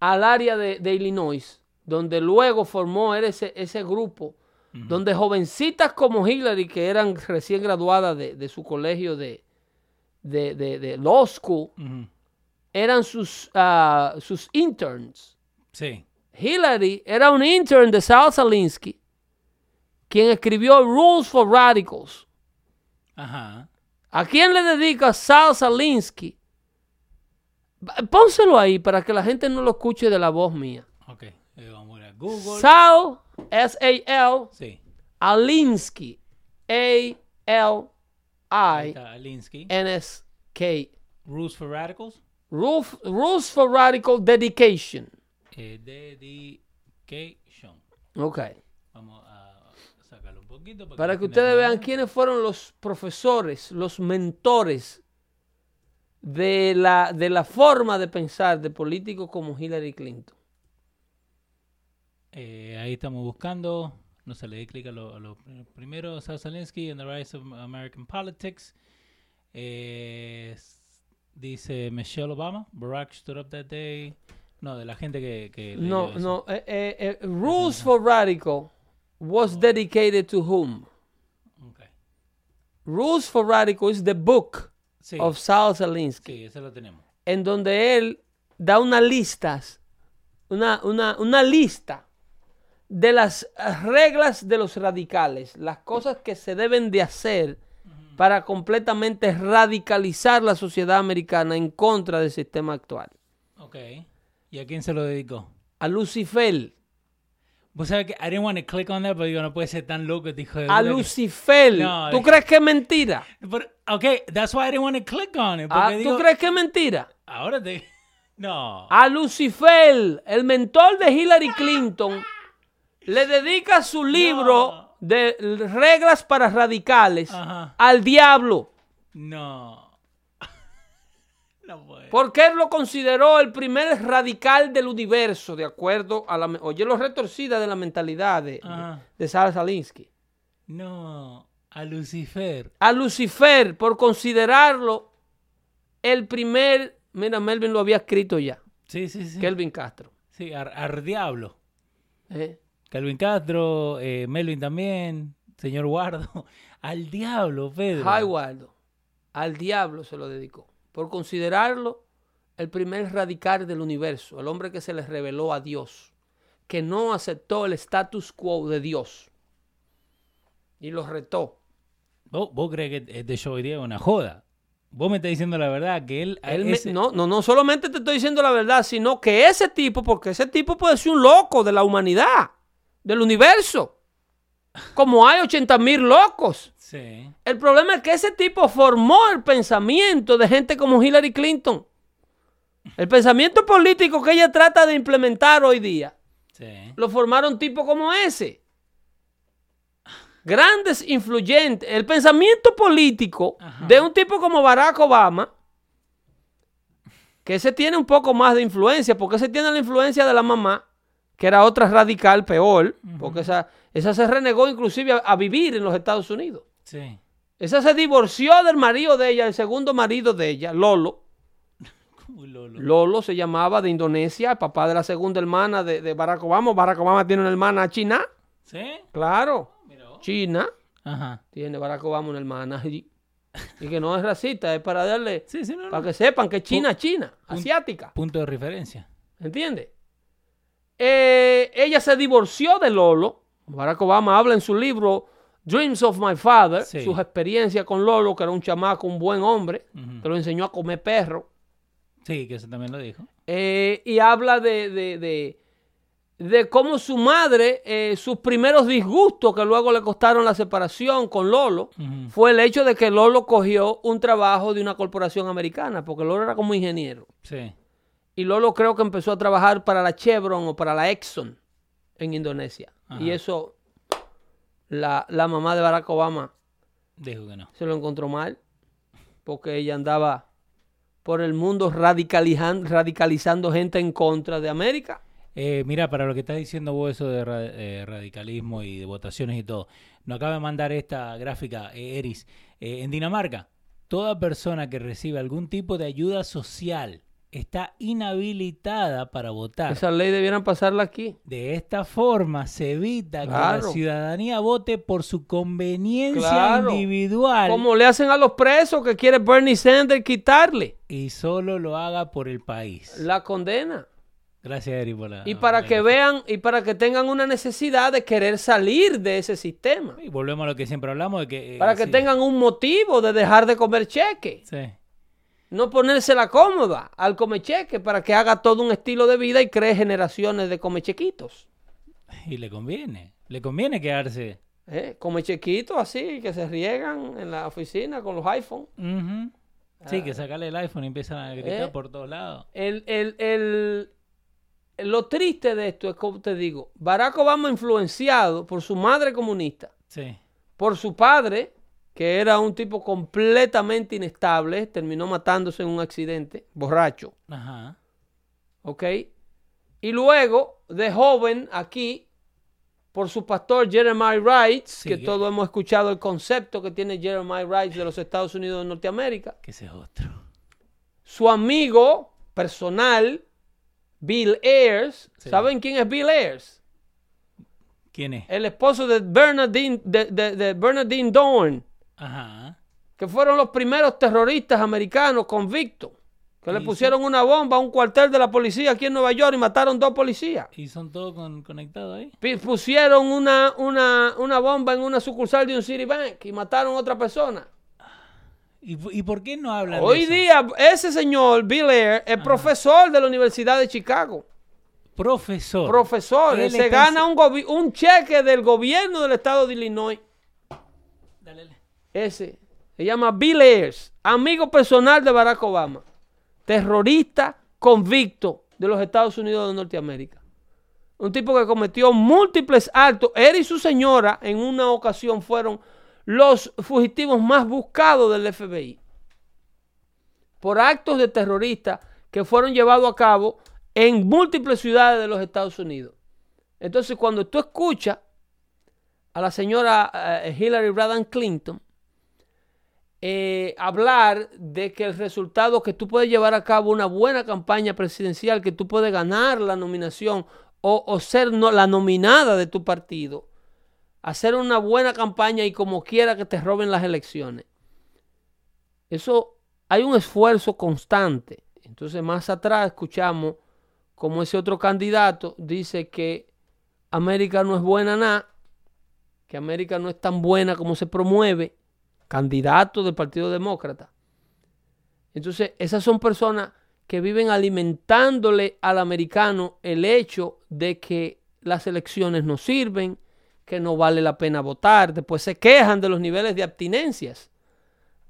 al área de, de Illinois, donde luego formó él ese, ese grupo, donde jovencitas como Hillary, que eran recién graduadas de, de su colegio de, de, de, de law school, Ujú. eran sus, ah, sus interns. Sí. Hillary era un intern de Sal Salinsky, quien escribió Rules for Radicals. Ajá. ¿A quién le dedica Sal Salinsky? Ba- Pónselo ahí para que la gente no lo escuche de la voz mía. Ok. Eh, vamos a ir a Google. Sal, S-A-L, sí. Alinsky, Ahí A-L-I-N-S-K. está Alinsky. Rules for Radicals. Ruf- Rules for Radical Dedication. Eh, dedication. Ok. Vamos a sacarlo un poquito. Para la que gente ustedes lo vean quiénes fueron los profesores, los mentores de la, de la forma de pensar de políticos como Hillary Clinton. Eh, ahí estamos buscando. No se le dé clic a lo, a lo primero. Saul Zelensky and the Rise of American Politics. Eh, s- dice Michelle Obama. Barack stood up that day. No, de la gente que. que No, leyó eso. no. eh, eh, eh, Rules for Radical Oh. was dedicated to whom? Ok. Rules for Radical is the book Sí, of Saul Zelensky, sí, ese lo tenemos. en donde él da una listas, una, una, una lista de las eh, reglas de los radicales, las cosas que se deben de hacer para completamente radicalizar la sociedad americana en contra del sistema actual. Ok. ¿Y a quién se lo dedicó? A Lucifer, Vos sabés que I didn't want to click on that, pero digo, no puede ser tan loco este hijo de a puta que- [laughs] Lucifer. No, ¿Tú de- crees que es mentira? But, ok, that's why I didn't want to click on it. Porque Ah, digo, ¿Tú crees que es mentira? Ahora te. [laughs] No. A Lucifer, el mentor de Hillary Clinton, le dedica su libro de reglas para radicales Ajá. al diablo, No. no puede. porque él lo consideró el primer radical del universo, de acuerdo a la... me- Oye, lo retorcida de la mentalidad de, de, Ajá. de Saul Alinsky. No. A Lucifer. a Lucifer por considerarlo el primer. Mira, Melvin lo había escrito ya. Sí, sí, sí. Kelvin Castro. Sí, ar, ar diablo. ¿eh? Calvin Castro, eh, Melvin también, señor Guardo. [laughs] Al diablo, Pedro. Hi, Waldo. Al diablo se lo dedicó. Por considerarlo el primer radical del universo. El hombre que se le reveló a Dios. Que no aceptó el status quo de Dios. Y lo retó. ¿Vos, vos crees que este show hoy día es una joda? Vos me estás diciendo la verdad, que él... a Él me- ese- no, no, no solamente te estoy diciendo la verdad, sino que ese tipo, porque ese tipo puede ser un loco de la humanidad, del universo. Como hay 80 mil locos. Sí. El problema es que ese tipo formó el pensamiento de gente como Hillary Clinton. El pensamiento político que ella trata de implementar hoy día Sí. lo formaron tipos como ese. Grandes influyentes. El pensamiento político Ajá. de un tipo como Barack Obama, que ese tiene un poco más de influencia, porque ese tiene la influencia de la mamá, que era otra radical peor, porque esa, esa se renegó inclusive a- a vivir en los Estados Unidos. Sí. Esa se divorció del marido de ella, el segundo marido de ella, Lolo. ¿Cómo Lolo? Lolo se llamaba de Indonesia, el papá de la segunda hermana de, de Barack Obama. Barack Obama tiene una hermana china, ¿Sí? claro. Mira vos. China Ajá. tiene Barack Obama una hermana. Y y que no es racista, es para darle, Sí, sí, no, no. para que sepan que China es China, asiática. Punto de referencia. ¿Entiendes? Eh, ella se divorció de Lolo. Barack Obama habla en su libro Dreams of My Father, Sí. sus experiencias con Lolo, que era un chamaco, un buen hombre, Ujú. que lo enseñó a comer perro. Sí, que eso también lo dijo. Eh, y habla de, de, de- de cómo su madre, eh, sus primeros disgustos que luego le costaron la separación con Lolo, Ujú. fue el hecho de que Lolo cogió un trabajo de una corporación americana, porque Lolo era como ingeniero. Sí. Y Lolo creo que empezó a trabajar para la Chevron o para la Exxon en Indonesia. Y Ajá. eso, la, la mamá de Barack Obama Dijo que no. se lo encontró mal, porque ella andaba por el mundo radicalijan- radicalizando gente en contra de América. Eh, mira, para lo que estás diciendo vos, eso de ra- eh, radicalismo y de votaciones y todo, nos acaba de mandar esta gráfica, eh, Eris. Eh, en Dinamarca, toda persona que recibe algún tipo de ayuda social está inhabilitada para votar. Esa ley debieran pasarla aquí. De esta forma se evita que Claro. la ciudadanía vote por su conveniencia Claro. individual Como le hacen a los presos que quiere Bernie Sanders quitarle y solo lo haga por el país. la condena. Gracias, Eris, por la- Y la para que gráfica. vean y para que tengan una necesidad de querer salir de ese sistema. Y volvemos a lo que siempre hablamos de que... eh, Para que sí, tengan un motivo de dejar de comer cheque. Sí. No ponérsela cómoda al comer cheque para que haga todo un estilo de vida y cree generaciones de come chequitos. Y le conviene. Le conviene quedarse. ¿eh? Come chequitos así que se riegan en la oficina con los iPhones. Ujú. Sí, que sacarle el iPhone y empiezan a gritar Ah. Eh. por todos lados. El, el- el- lo triste de esto es como te digo, Barack Obama influenciado por su madre comunista, Sí. por su padre, que era un tipo completamente inestable, terminó matándose en un accidente, borracho, Ajá. ¿ok? Y luego de joven aquí por su pastor Jeremiah Wright, que- que todos hemos escuchado el concepto que tiene Jeremiah Wright de los Estados Unidos de Norteamérica. Que ese es otro. Su amigo personal, Bill Ayers. ¿Saben quién es Bill Ayers? ¿Quién es? El esposo de Bernardine, de, de- de Bernardine Dorn, Ajá. que fueron los primeros terroristas americanos convictos, que le pusieron una bomba a un cuartel de la policía aquí en Nueva York y mataron dos policías. ¿Y son todos con- conectados ahí? Pi- pusieron una, una, una bomba en una sucursal de un Citibank y mataron a otra persona. ¿Y, pu- y por qué no hablan de Hoy eso? día, ese señor, Bill Ayer, es profesor de la Universidad de Chicago. Profesor. Profesor, él Él se está- gana un, gobi- un cheque del gobierno del estado de Illinois. Dale, dale. Ese se llama Bill Ayers, amigo personal de Barack Obama, terrorista convicto de los Estados Unidos de Norteamérica. Un tipo que cometió múltiples actos. Él y su señora en una ocasión fueron los fugitivos más buscados del FBI por actos de terroristas que fueron llevados a cabo en múltiples ciudades de los Estados Unidos. Entonces, cuando tú escuchas a la señora eh, Hillary Rodham Clinton eh, hablar de que el resultado que tú puedes llevar a cabo una buena campaña presidencial, que tú puedes ganar la nominación o, o ser no- la nominada de tu partido, hacer una buena campaña y como quiera que te roben las elecciones. Eso hay un esfuerzo constante. Entonces más atrás escuchamos como ese otro candidato dice que América no es buena nada, que América no es tan buena como se promueve, candidato del Partido Demócrata. Entonces, esas son personas que viven alimentándole al americano el hecho de que las elecciones no sirven, que no vale la pena votar. Después se quejan de los niveles de abstinencias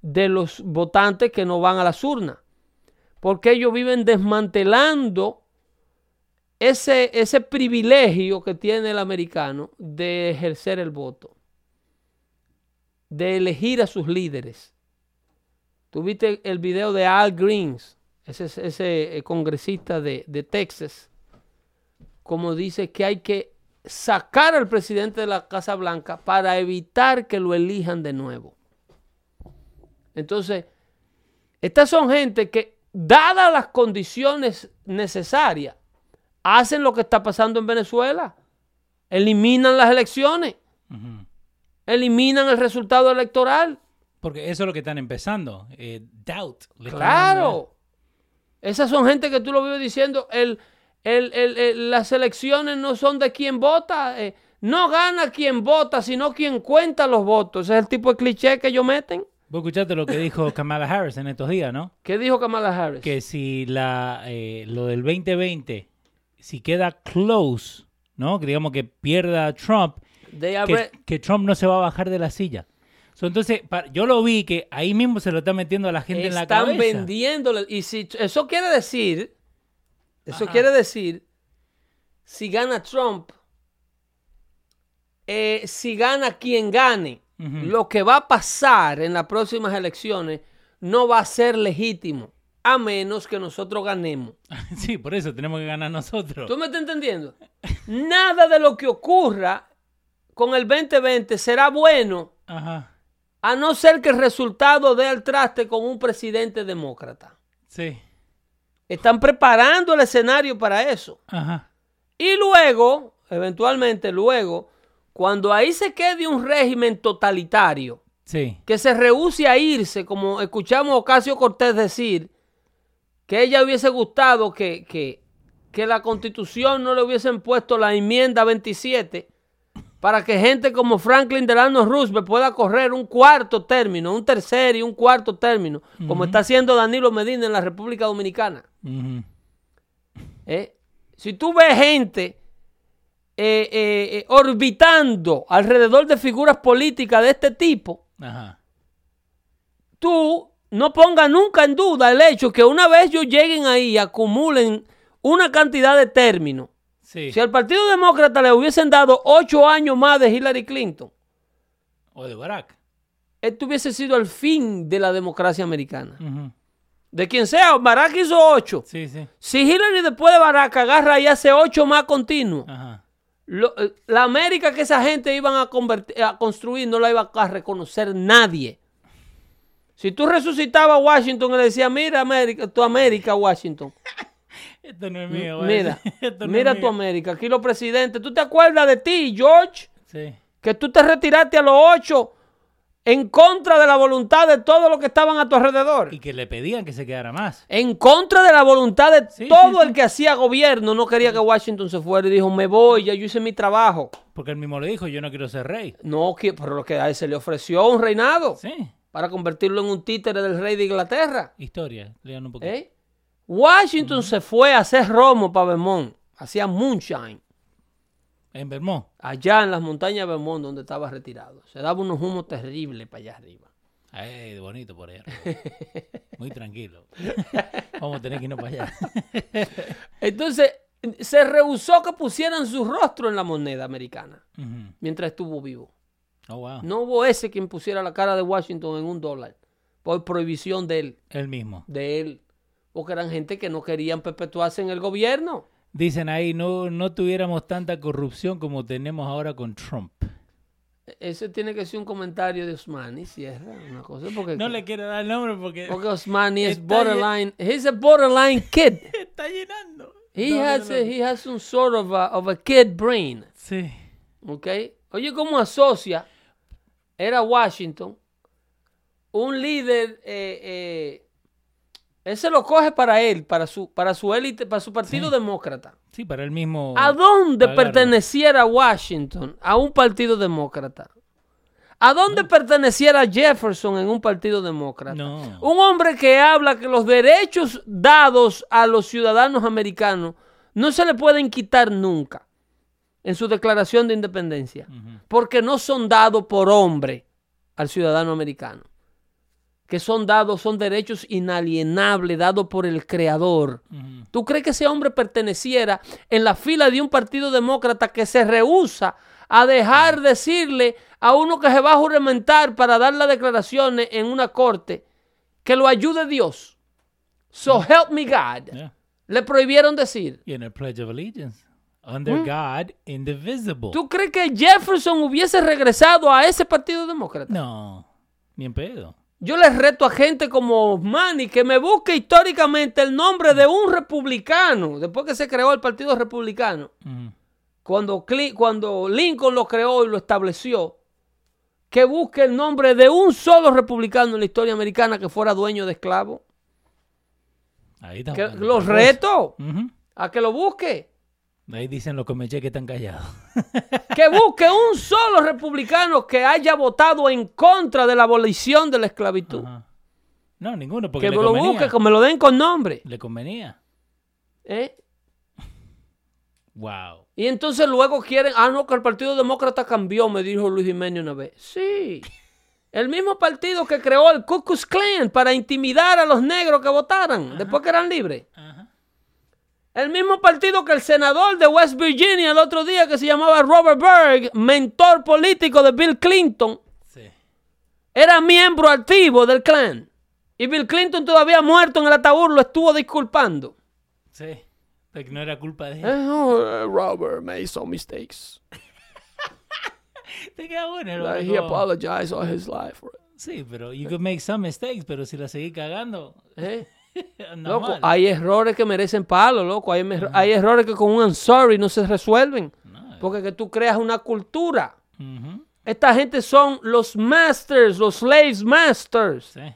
de los votantes que no van a las urnas. Porque ellos viven desmantelando ese, ese privilegio que tiene el americano de ejercer el voto, de elegir a sus líderes. Tuviste el video de Al Greens, ese, ese eh, congresista de, de Texas, como dice que hay que sacar al presidente de la Casa Blanca para evitar que lo elijan de nuevo. Entonces, estas son gente que, dadas las condiciones necesarias, hacen lo que está pasando en Venezuela. Eliminan las elecciones. Eliminan el resultado electoral. Porque eso es lo que están empezando. eh, doubt. Le están dando- Claro. Esas son gente que tú lo vives diciendo, el, el- el- el- las elecciones no son de quien vota. eh, no gana quien vota, sino quien cuenta los votos. Ese es el tipo de cliché que ellos meten. Vos escuchaste lo que dijo Kamala Harris en estos días, ¿no? ¿Qué dijo Kamala Harris? Que si la, eh, lo del 2020, si queda close, ¿no? Que digamos que pierda Trump, They are que, re- que Trump no se va a bajar de la silla. So, entonces, pa- yo lo vi que ahí mismo se lo está metiendo a la gente en la están cabeza. vendiéndole. Y si eso quiere decir, eso quiere decir, si gana Trump, eh, si gana quien gane, lo que va a pasar en las próximas elecciones no va a ser legítimo, a menos que nosotros ganemos. [laughs] Sí, por eso tenemos que ganar nosotros. ¿Tú me estás entendiendo? Nada de lo que ocurra con el 2020 será bueno Ajá. a no ser que el resultado dé al traste con un presidente demócrata. Sí. Están preparando el escenario para eso. Ajá. Y luego, eventualmente luego, cuando ahí se quede un régimen totalitario Sí. que se rehúse a irse, como escuchamos a Ocasio Cortés decir, que ella hubiese gustado que, que, que la constitución no le hubiesen puesto la enmienda 27 para que gente como Franklin Delano Roosevelt pueda correr un cuarto término, un tercer y un cuarto término, como está haciendo Danilo Medina en la República Dominicana. Ujú. ¿eh? Si tú ves gente eh, eh, eh, orbitando alrededor de figuras políticas de este tipo, Ajá. tú no pongas nunca en duda el hecho que una vez ellos lleguen ahí y acumulen una cantidad de términos. Sí. Si al Partido Demócrata le hubiesen dado ocho años más de Hillary Clinton, O de Barack. esto hubiese sido el fin de la democracia americana. Ujú. De quien sea, Barack hizo ocho. Sí, sí. Si Hillary después de Barack agarra y hace ocho más continuos, Ajá. lo- eh, la América que esa gente iban a, converti- a construir no la iba a reconocer nadie. Si tú resucitabas a Washington y le decías, mira América, tu [laughs] América, Washington. Esto no es mío, güey. Mira, [laughs] Esto no mira es tu mío. América. Aquí los presidentes, ¿tú te acuerdas de ti, George? Sí. que tú te retiraste a los ocho en contra de la voluntad de todos los que estaban a tu alrededor. Y que le pedían que se quedara más. En contra de la voluntad de Sí, todo sí, el que hacía gobierno, no quería que Washington se fuera y dijo, me voy, ya yo hice mi trabajo. Porque él mismo le dijo, yo no quiero ser rey. No, que- pero lo que a él se le ofreció un reinado Sí. para convertirlo en un títere del rey de Inglaterra. Historia. Lean un poquito. ¿eh? Washington se fue a hacer romo para Vermont, hacía moonshine, En Vermont. allá en las montañas de Vermont donde estaba retirado. Se daba unos humos terribles para allá arriba. Ay, Eh, bonito por allá. [laughs] Muy tranquilo. [laughs] Vamos a tener que irnos para [laughs] allá. Entonces, se rehusó que pusieran su rostro en la moneda americana Ujú. mientras estuvo vivo. Oh, wow. No hubo ese quien pusiera la cara de Washington en un dólar por prohibición de él, Él mismo. de él. Porque eran gente que no querían perpetuarse en el gobierno. Dicen ahí, no, no tuviéramos tanta corrupción como tenemos ahora con Trump. E- Ese tiene que ser un comentario de Osmani, cierra una cosa. Porque, No le quiero dar el nombre porque porque Osmani es Está bien. borderline, he's a borderline kid. [laughs] está llenando. He No, no, has, no. a- he has some sort of a, of a kid brain. Sí. ¿Ok? Oye, ¿cómo asocia? Era Washington, un líder, eh, eh, él se lo coge para él, para su, para su élite, para su partido demócrata. Sí, para él mismo. ¿A dónde pagarlo. perteneciera Washington? A un partido demócrata. ¿A dónde perteneciera Jefferson en un partido demócrata? No. Un hombre que habla que los derechos dados a los ciudadanos americanos no se le pueden quitar nunca en su declaración de independencia, porque no son dados por hombre al ciudadano americano, que son dados, son derechos inalienables dados por el creador. Ujú. ¿Tú crees que ese hombre perteneciera en la fila de un partido demócrata que se rehúsa a dejar decirle a uno que se va a juramentar para dar las declaraciones en una corte que lo ayude Dios? So help me God. Yeah. Le prohibieron decir. Y en el Pledge of Allegiance. Under God, indivisible. ¿Mm? ¿Tú crees que Jefferson hubiese regresado a ese partido demócrata? No. Ni en pedo. Yo les reto a gente como Manny que me busque históricamente el nombre de un republicano, después que se creó el partido republicano, Ujú. cuando, Cli- cuando Lincoln lo creó y lo estableció, que busque el nombre de un solo republicano en la historia americana que fuera dueño de esclavos. Ahí está. Que jugando los otra cosa. reto Ujú. a que lo busque. Ahí dicen los comeche que están callados. Que busque un solo republicano que haya votado en contra de la abolición de la esclavitud. Ajá. No, ninguno, porque Que le me lo convenía. busque, que me lo den con nombre. Le convenía. ¿eh? Wow. Y entonces luego quieren, ah, no, que el Partido Demócrata cambió, me dijo Luis Jiménez una vez. Sí, el mismo partido que creó el Ku Klux Klan para intimidar a los negros que votaran después que eran libres. El mismo partido que el senador de West Virginia el otro día que se llamaba Robert Berg, mentor político de Bill Clinton, Sí. era miembro activo del clan. Y Bill Clinton todavía muerto en el ataúd lo estuvo disculpando. Sí. De que no era culpa de él. Eh, oh, eh, Robert made some mistakes. Te queda bueno. Like, loco. he apologized all his life for it. Sí, pero you could make some mistakes, pero si la seguís cagando, ¿Eh? anda Loco, ah. mal. hay errores que merecen palo, loco. Hay, mer- hay errores que con un I'm sorry no se resuelven. Porque que tú creas una cultura. Ujú. Esta gente son los masters, los slaves masters. Sí.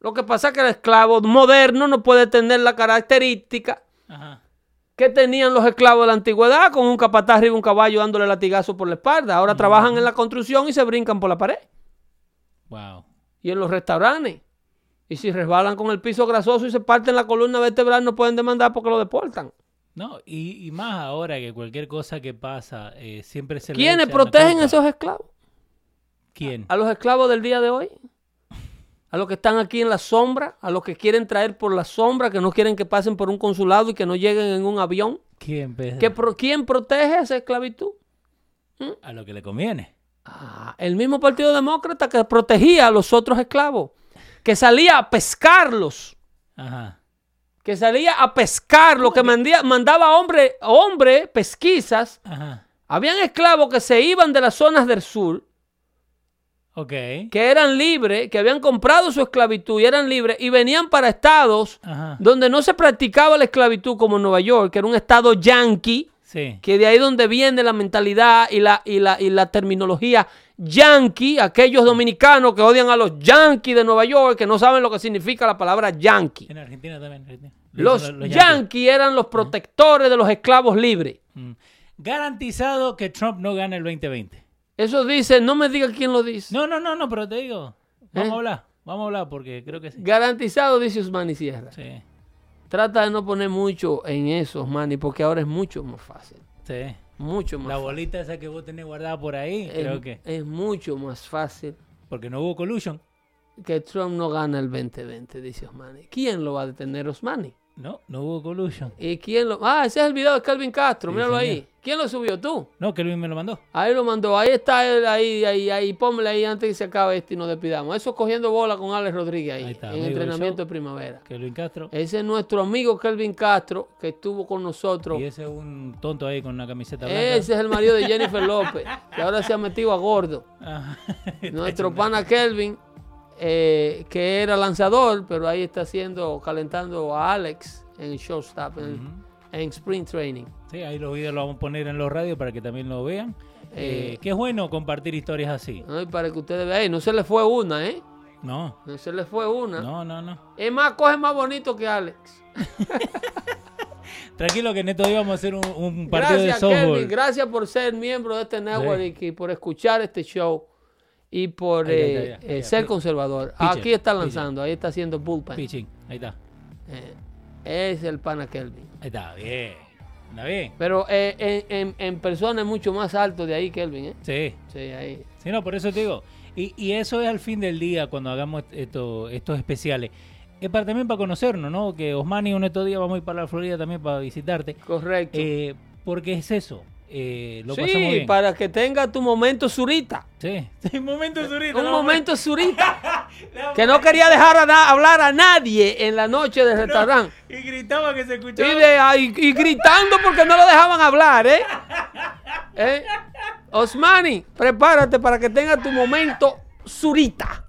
Lo que pasa es que el esclavo moderno no puede tener la característica Ajá. que tenían los esclavos de la antigüedad con un capataz arriba y un caballo dándole latigazo por la espalda. Ahora trabajan en la construcción y se brincan por la pared. Wow. y en los restaurantes. Y si resbalan con el piso grasoso y se parten la columna vertebral, no pueden demandar porque lo deportan. No, y, y más ahora que cualquier cosa que pasa, eh, siempre se le ¿Quiénes echan la protegen culpa. a esos esclavos? ¿Quién? A los esclavos del día de hoy. A los que están aquí en la sombra, a los que quieren traer por la sombra, que no quieren que pasen por un consulado y que no lleguen en un avión. ¿Quién? Pedro? ¿Que pro- ¿Quién protege esa esclavitud? A lo que le conviene. Ah, el mismo Partido Demócrata que protegía a los otros esclavos, que salía a pescarlos Ajá. que salía a pescar, lo que mandía- mandaba hombre, hombre pesquisas. Ajá. Habían esclavos que se iban de las zonas del sur, Ok. que eran libres, que habían comprado su esclavitud y eran libres, y venían para estados Ajá. donde no se practicaba la esclavitud, como Nueva York, que era un estado yankee, Sí. que de ahí donde viene la mentalidad y la, y la, y la terminología yankee, aquellos dominicanos que odian a los yankees de Nueva York, que no saben lo que significa la palabra yankee. En Argentina también. en Argentina. Los, yanquis. yankees. eran los protectores de los esclavos libres. Mm. Garantizado que Trump no gana el 2020. Eso dice, no me diga quién lo dice. No, no, no, no, pero te digo. Vamos ¿Eh? a hablar. Vamos a hablar porque creo que sí. Garantizado, dice Usmani Sierra. Sí. Trata de no poner mucho en eso, Usmani, porque ahora es mucho más fácil. Sí. Mucho más La fácil. bolita esa que vos tenés guardada por ahí, creo Es, que. es mucho más fácil Porque no hubo collusion. que Trump no gana el 2020, dice Osmani. ¿Quién lo va a detener, Osmani? No, no hubo collusion. ¿Y quién lo.? Ah, ese es el video de Calvin Castro, Sí, míralo señor. ahí. ¿Quién lo subió tú? No, que Luis me lo mandó. Ahí lo mandó, ahí está él, ahí, ahí, ahí, pónmela ahí antes que se acabe este y nos despidamos. Eso es cogiendo bola con Alex Rodríguez ahí, Ahí está, en amigo del entrenamiento show. de primavera. Que Luis Castro. Ese es nuestro amigo Kelvin Castro, que estuvo con nosotros. Y ese es un tonto ahí con una camiseta blanca. Ese es el marido de Jennifer López, que ahora se ha metido a [laughs] gordo. Ah, Nuestro pana Kelvin, eh, que era lanzador, pero ahí está haciendo, calentando a Alex en el shortstop, en, en spring training. sí, ahí los videos los vamos a poner en los radios para que también lo vean. Eh, Eh, que es bueno compartir historias así. ¿no? Y para que ustedes vean, Ey, no se le fue una, ¿eh? No, No se le fue una. no, no, no. Es más, coge más bonito que Alex. Tranquilo que en estos días vamos a hacer un, un partido de gracias, softball. Kelvin. Gracias por ser miembro de este network y por escuchar este show y por Ahí está, eh, ahí está, eh, ahí está. ser Pi- conservador. pitcher, Aquí está pitcher. lanzando, ahí está haciendo bullpen. Pitching, ahí está. Eh, es el pana Kelvin. Ahí está, bien. ¿Está bien? Pero eh, en, en- en persona es mucho más alto de ahí, Kelvin. ¿eh? Sí. Sí, ahí. Sí, no, por eso te digo. Y, y eso es al fin del día cuando hagamos est- esto- estos especiales. Es para, también para conocernos, ¿no? Que Osmani, uno de estos días vamos a ir para la Florida también para visitarte. Correcto. Eh, porque es eso. Eh, lo pasamos sí, bien. para que tenga tu momento zurita. Sí. Sí, [laughs] un momento, Zurita. Un la vamos a- momento zurita. la vamos que no quería dejar a na- hablar a nadie en la noche del a- restaurante. Y gritaba que se Y, escuchaba. de- ay, y gritando porque no lo dejaban hablar, ¿eh? ¿Eh? Osmani, prepárate para que tenga tu momento zurita.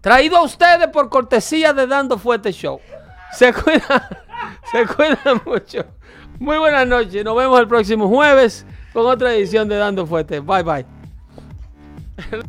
Traído a ustedes por cortesía de Dando Fuerte Show. Se cuida, [laughs] se cuida mucho. Muy buenas noches. Nos vemos el próximo jueves con otra edición de Dando Fuerte. Bye bye.